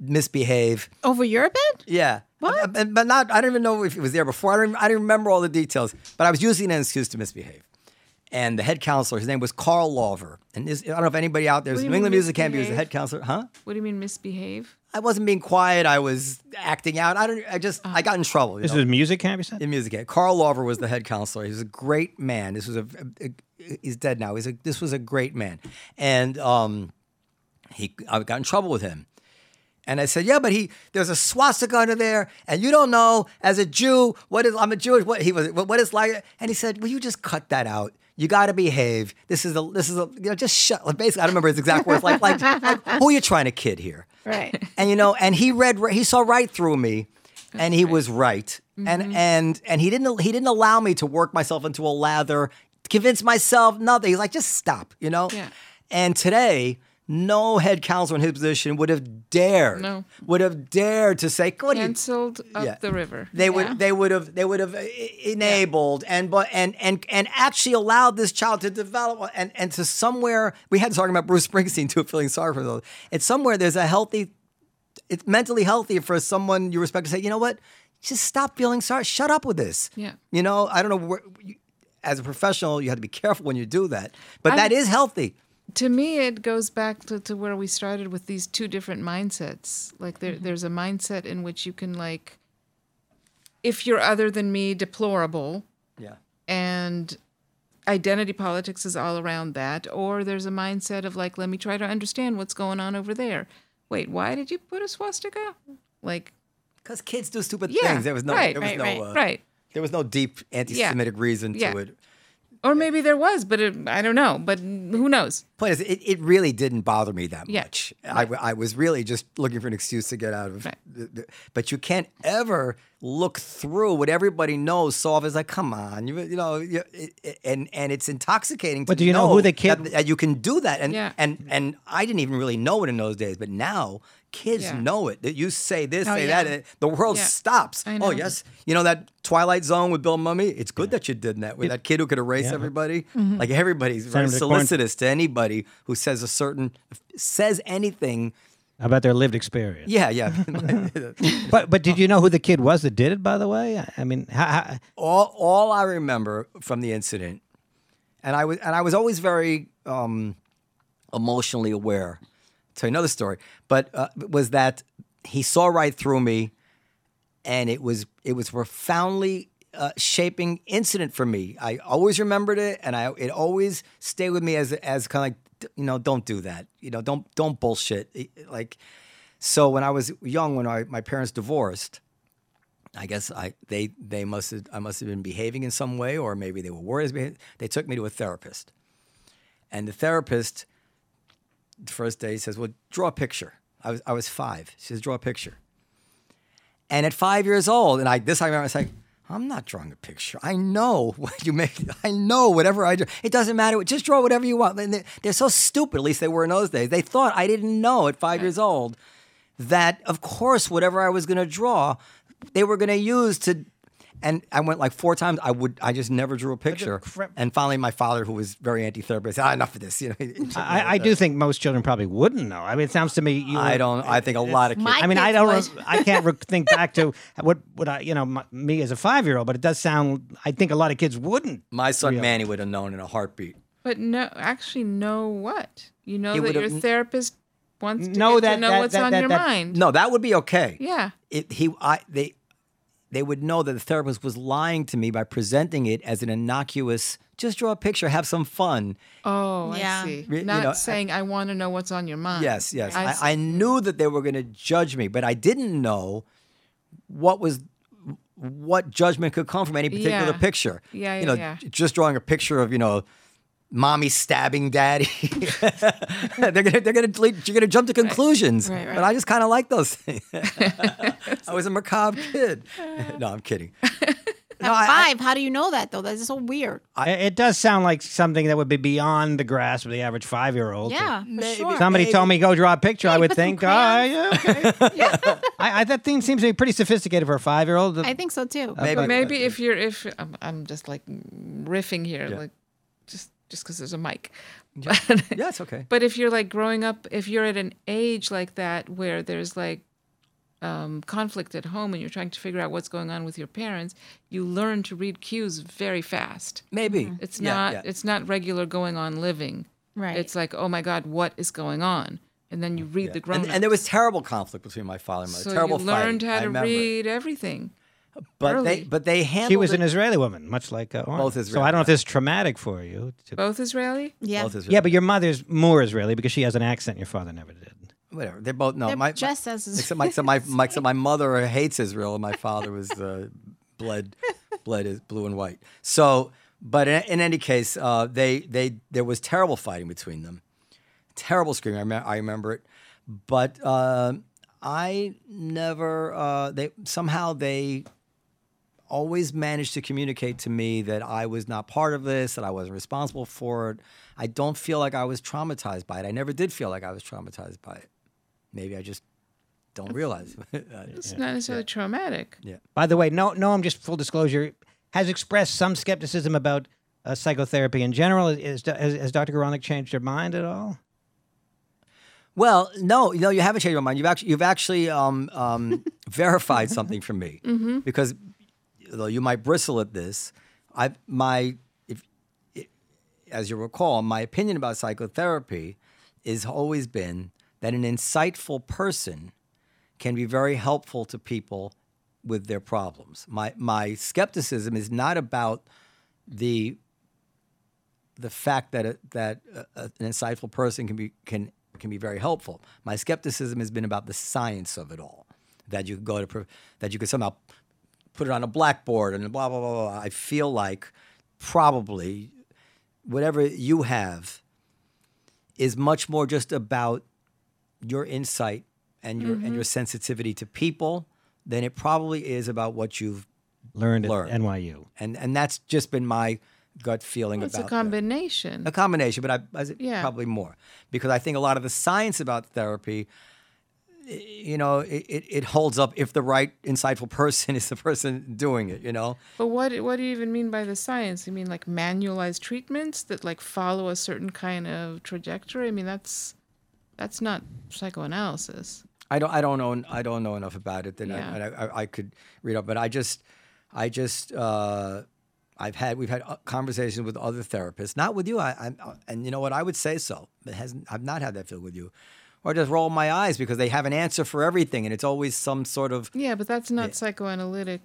C: misbehave.
B: Over your bed?
C: Yeah. What? But, but not. I don't even know if it was there before. I don't. I don't remember all the details. But I was using an excuse to misbehave. And the head counselor, his name was Carl Lauver. And this, I don't know if anybody out there,
E: do you
C: New
E: mean
C: England Music Camp, he was the
E: misbehave?
C: head counselor, huh?
E: what do you mean misbehave?
C: I wasn't being quiet. I was acting out. I don't. I just. I got in trouble. you
A: this
C: know?
A: is music camp you said
C: in music. camp. Carl Lauver was the head counselor. He was a great man. This was a, a- a- he's dead now. He's a, this was a great man, and um, he I got in trouble with him. And I said, "Yeah, but he there's a swastika under there, and you don't know as a Jew what is I'm a Jewish what he was what, what is like." And he said, "Will you just cut that out? You got to behave. This is a this is a you know just shut. Like basically, I don't remember his exact words. Like like, like who are you trying to kid here?
B: Right.
C: And you know, and he read he saw right through me, and he was right.
E: Mm-hmm.
C: And and and he didn't he didn't allow me to work myself into a lather, convince myself nothing. He's like just stop, you know.
E: Yeah.
C: And today. No head counselor in his position would have dared,
E: No.
C: would have dared to say, "What are you
E: Canceled up
C: Yeah.
E: the river.
C: they
E: Yeah.
C: would they would have they would have uh, e- enabled and but and and and actually allowed this child to develop and and to somewhere we had to talk about Bruce Springsteen too feeling sorry for those and somewhere there's a healthy it's mentally healthy for someone you respect to say you know what just stop feeling sorry shut up with this
E: Yeah.
C: you know I don't know where, you, as a professional you have to be careful when you do that but that is healthy
E: to me it goes back to, to where we started with these two different mindsets like there,
C: Mm-hmm.
E: there's a mindset in which you can like if you're other than me deplorable
C: yeah
E: and identity politics is all around that or there's a mindset of like let me try to understand what's going on over there wait why did you put a swastika like
C: because kids do stupid
E: Yeah,
C: things there was no
E: right,
C: there was
B: right,
C: no
B: right,
C: uh,
E: right
C: there was no deep anti-Semitic reason
E: yeah.
C: to it
E: or maybe there was but it, i don't know but who knows
C: point is, it, it really didn't bother me that
E: Yeah.
C: much. I, w- I was really just looking for an excuse to get out of.
E: Right.
C: The, the- but you can't ever look through what everybody knows. So it's like, come on, you, you know, you, it, it- and and it's intoxicating.
A: But
C: to
A: do you know who the kid-
C: that, that you can do that? And
E: Yeah.
C: and and I didn't even really know it in those days, but now kids
E: Yeah.
C: know it. That you say this,
E: Oh,
C: say
E: yeah.
C: that, and the world
E: Yeah.
C: stops.
E: I
C: Oh
E: know.
C: yes, you know that Twilight Zone with Bill Mummy. It's good that you did that with that kid who could erase everybody.
E: Mm-hmm.
C: Like everybody's very
A: him to quarantine.
C: solicitous to anybody who says a certain says anything.
A: How about their lived experience?
C: Yeah, yeah.
A: But but did you know who the kid was that did it? By the way, I- I mean, how, how,
C: all all I remember from the incident, and I was and I was always very um, emotionally aware. Tell you another story, but uh, was that he saw right through me, and it was it was profoundly uh, shaping incident for me. I always remembered it, and I it always stayed with me as as kind of like you know don't do that, you know don't don't bullshit like. So when I was young, when I, my parents divorced, I guess I they they must have I must have been behaving in some way, or maybe they were worried. I was behaving. They took me to a therapist, and the therapist, the first day, says, "Well, draw a picture." I was I was five. She says, "Draw a picture." And at five years old, and I this I remember saying, "I'm not drawing a picture. I know what you make. I know whatever I do. It doesn't matter. Just draw whatever you want." And they- They're so stupid. At least they were in those days. They thought I didn't know at five years old that of course whatever I was going to draw, they were going to use to. And I went like four times. I would. I just never drew a picture.
A: crap-
C: And finally, my father, who was very anti-therapist, said, ah, enough of this. You know, he- he took me
A: I, I do think most children probably wouldn't know. I mean, it sounds to me you.
C: I
A: were-
C: don't. I think a lot of kids.
B: My
A: I mean, I
B: kids
A: don't.
B: would.
A: rem- I can't re- think back to what would I, you know, my, me as a five-year-old. But it does sound. I think a lot of kids wouldn't.
C: My son Manny would have known in a heartbeat.
E: But no, actually, know what? You know
C: He
E: that
C: would've
E: your
C: kn-
E: therapist wants to,
A: Know
E: get
A: that-
E: to know
A: that-
E: what's
A: that-
E: on
A: that-
E: your
A: that-
E: mind.
C: No, that would be okay.
E: Yeah.
C: It, he, I, they, they would know that the therapist was lying to me by presenting it as an innocuous. Just draw a picture, have some fun.
E: Oh,
B: Yeah.
E: I see.
C: Re- you
E: Not
C: know, I-
E: saying I, want to know what's on your mind.
C: Yes, yes.
E: I
C: I, I knew that they were going to judge me, but I didn't know what was what judgment could come from any particular
E: Yeah.
C: picture.
E: Yeah,
C: you
E: yeah,
C: know,
E: yeah.
C: j- just drawing a picture of you know, mommy stabbing daddy. they're gonna they're gonna delete- you're gonna jump to conclusions.
B: Right, right.
C: But I just kind of like those things. I was a macabre kid.
E: Uh,
C: no, I'm kidding. No, I- I-
B: Five. how do you know that though? That's so weird.
A: I, it does sound like something that would be beyond the grasp of the average five-year-old.
B: yeah, for
C: maybe.
B: sure.
A: Somebody
C: Maybe.
A: told me go draw a picture. I would
B: put some
A: think, ah,
B: crayons."
A: yeah, okay. I, I, that thing seems to be pretty sophisticated for a five-year-old.
B: I think so too.
C: Uh,
E: But maybe if you're if I'm, I'm just like riffing here, like just just because there's a mic. But,
C: yeah, it's okay.
E: but if you're like growing up, if you're at an age like that where there's like um, conflict at home and you're trying to figure out what's going on with your parents, you learn to read cues very fast.
C: Maybe
E: It's
C: Yeah,
E: not
C: yeah.
E: it's not regular going on living.
B: Right.
E: It's like, oh my God, what is going on? And then you read the grown
C: and, and there was terrible conflict between my father and mother.
E: so
C: terrible
E: you learned
C: fight.
E: how
C: I
E: to
C: remember.
E: read everything.
C: But they
E: early.
C: but they handled
A: she was
C: it.
A: an Israeli woman, much like uh, Orrin.
C: Both
A: So I
C: Israeli,
A: don't know if this is traumatic for you. to-
E: Both Israeli?
B: yeah,
C: Both is
A: yeah, but your mother's more Israeli because she has an accent your father never did.
C: whatever. They're both no.
B: They're
C: My,
B: just
C: my,
B: as
C: except my except my, my except my mother hates Israel, and my father was uh, bled, bled is blue and white. So, But in, in any case, uh, they they there was terrible fighting between them, terrible screaming. I remember, I remember it, but uh, I never. Uh, they somehow they always managed to communicate to me that I was not part of this, that I wasn't responsible for it. I don't feel like I was traumatized by it. I never did feel like I was traumatized by it. Maybe I just don't realize. uh,
E: It's not necessarily traumatic.
A: By the way, no, no, I'm just full disclosure, has expressed some skepticism about uh, psychotherapy in general. Is, is- has, has Dr. Goronick changed her mind at all?
C: Well, no, no, you haven't changed my mind. You've actually, you've actually um, um, verified something for me because, though you might bristle at this, I my if, i- as you recall, my opinion about psychotherapy has always been that an insightful person can be very helpful to people with their problems. My my skepticism is not about the the fact that a, that a, a- an insightful person can be can can be very helpful. My skepticism has been about the science of it all, that you could go to pro- that you could somehow put it on a blackboard and blah blah blah. blah. I feel like probably whatever you have is much more just about your insight and your
E: Mm-hmm.
C: and your sensitivity to people than it probably is about what you've
A: Learned,
C: Learned.
A: at NYU.
C: and and that's just been my gut feeling
E: It's a
C: about that.
E: combination.
C: A combination, but I, I said
E: Yeah.
C: probably more because I think a lot of the science about therapy, i- you know, it, it, it holds up if the right insightful person is the person doing it. You know,
E: But what what do you even mean by the science? You mean like manualized treatments that like follow a certain kind of trajectory? I mean that's that's not psychoanalysis.
C: I don't I don't know I don't know enough about it that I-
E: Yeah.
C: I, I, I could read up, but I just I just uh, I've had we've had uh, conversations with other therapists, not with you. I, I and you know what I would say so. It hasn't I've not had that feel with you. Or just roll my eyes because they have an answer for everything, and it's always some sort of
E: Yeah, but that's not psychoanalytic.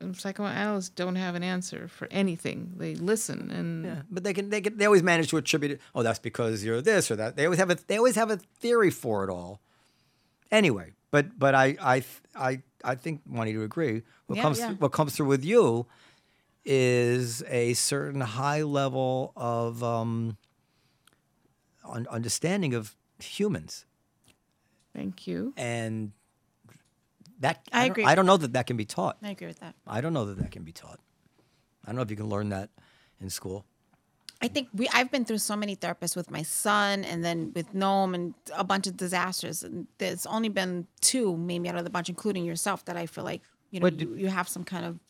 E: Um, Psychoanalysts don't have an answer for anything. They listen and
C: But they can, they can, they always manage to attribute it. Oh, that's because you're this or that. They always have a, they always have a theory for it all. Anyway, but but I I th- I I think wanting to agree. What
B: Yeah,
C: comes
B: yeah.
C: what comes through with you is a certain high level of um, un- understanding of humans,
E: thank you.
C: and that
B: I
C: don't-
B: agree
C: I
B: with
C: don't know that that can be taught.
B: I agree with that.
C: I don't know that that can be taught. I don't know if you can learn that in school.
B: I think we I've been through so many therapists with my son and then with Noam and a bunch of disasters and there's only been two maybe out of the bunch including yourself that I feel like you know
A: What
B: you, you have some kind of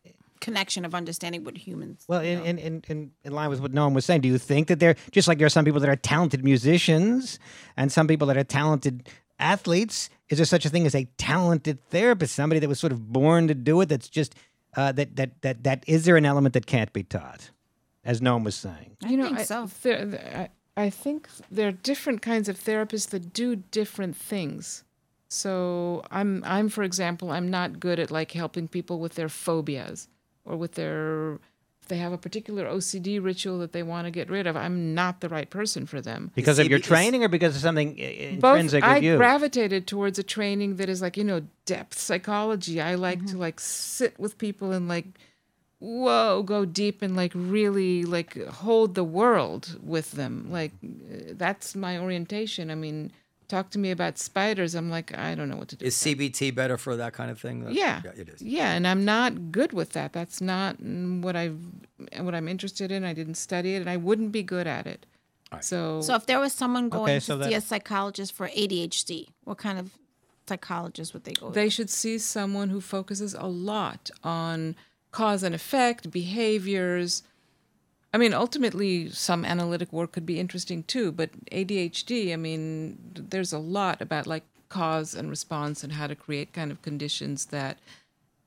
B: connection of understanding what humans
A: Well, in, in, in, in, in line with what Noam was saying, do you think that there, just like there are some people that are talented musicians and some people that are talented athletes, is there such a thing as a talented therapist, somebody that was sort of born to do it? That's just uh, that that that that is there an element that can't be taught, as Noam was saying.
E: you know,
B: think
E: I,
B: so.
E: there- there- I, I think there are different kinds of therapists that do different things. So I'm, I'm for example, I'm not good at like helping people with their phobias or with their, if they have a particular OCD ritual that they want to get rid of. I'm not the right person for them.
A: Because of
C: see,
A: your
C: because-
A: training or because of something i-
E: Both,
A: intrinsic
E: I
A: with you?
E: gravitated towards a training that is like you know depth psychology. I like to like sit with people and like whoa go deep and like really like hold the world with them like uh, that's my orientation i mean talk to me about spiders i'm like i don't know what to do
C: Is CBT better for that kind of thing? That's-
E: yeah
C: it is.
E: yeah and i'm not good with that that's not mm, what i what i'm interested in i didn't study it and i wouldn't be good at it so,
B: So if there was someone going
A: Okay,
B: to
A: so
B: see
A: that-
B: a psychologist for ADHD, what kind of psychologist would they go
E: they
B: to?
E: should see someone who focuses a lot on cause and effect, behaviors. I mean, ultimately, some analytic work could be interesting too, but ADHD, I mean, there's a lot about like cause and response and how to create kind of conditions that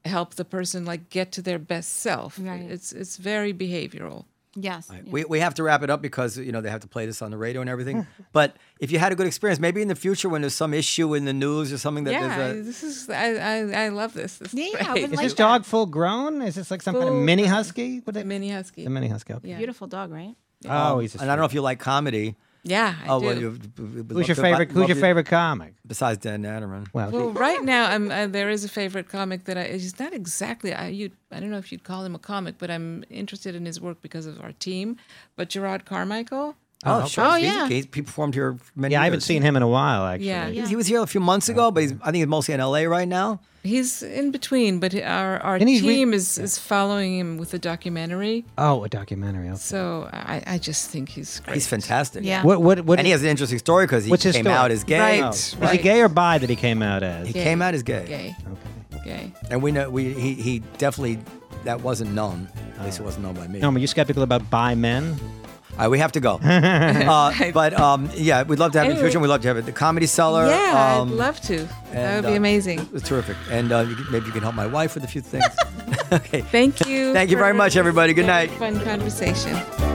E: help the person like get to their best self.
B: Right.
E: It's it's very behavioral.
B: Yes.
C: We, we have to wrap it up because you know they have to play this on the radio and everything. but if you had a good experience, maybe in the future when there's some issue in the news or something that
E: yeah,
C: there's a
E: this is I, I I love this. This is
B: Yeah, I
E: great.
B: would
A: Is
B: like
A: this
B: that.
A: dog full grown? Is this like some kind of
E: Full-
A: mini husky? What
E: The
A: they-
E: mini husky.
A: a mini husky. okay.
E: Yeah.
B: Beautiful dog, right?
A: Oh, he's a
C: and I don't know if you like comedy,
E: Yeah, I
C: oh,
E: do.
C: well, you, we- we
A: Who's
C: love
A: your
C: to-
A: favorite? Who's
C: love
A: your
C: to-
A: favorite comic?
C: Besides Dan Natterman.
A: Well,
E: Well, right now, I'm, uh, there is a favorite comic that I, he's not exactly, I, you, I don't know if you'd call him a comic, but I'm interested in his work because of our team. But Gerard Carmichael,
C: Oh, sure.
B: Oh,
C: He's-
B: yeah.
C: He's, he performed here for many
A: yeah, I haven't
C: years.
A: seen him in a while. Actually,
E: yeah,
B: Yeah.
C: He was here a few months ago, but he's, I think he's mostly in L.A. right now.
E: he's in between, but our, our
A: And he's re-
E: team is, is following him with a documentary.
A: Oh, a documentary. Okay.
E: So I, I just think he's great.
C: He's fantastic.
B: Yeah.
A: What? What? What?
C: And he has an interesting story because he
A: What's his
C: came
A: story? Oh.
C: out as gay.
E: Right.
A: was he gay or bi that he came out as?
C: He came out as gay.
E: Gay, gay.
C: And we know we he, he definitely that wasn't known. At least it wasn't known by me.
A: No, are you skeptical about bi men?
C: All right, we have to go. uh, but um, yeah, we'd love to have you in the
E: Anyway.
C: future. We'd love to have it. The Comedy Cellar.
E: Yeah,
C: um,
E: I'd love to. That
C: and,
E: would be
C: uh,
E: amazing.
C: It's terrific. And uh, you can, maybe you can help my wife with a few things. okay.
E: Thank you.
C: Thank you very
E: for
C: much, everybody. Good
E: another
C: night.
E: Fun conversation.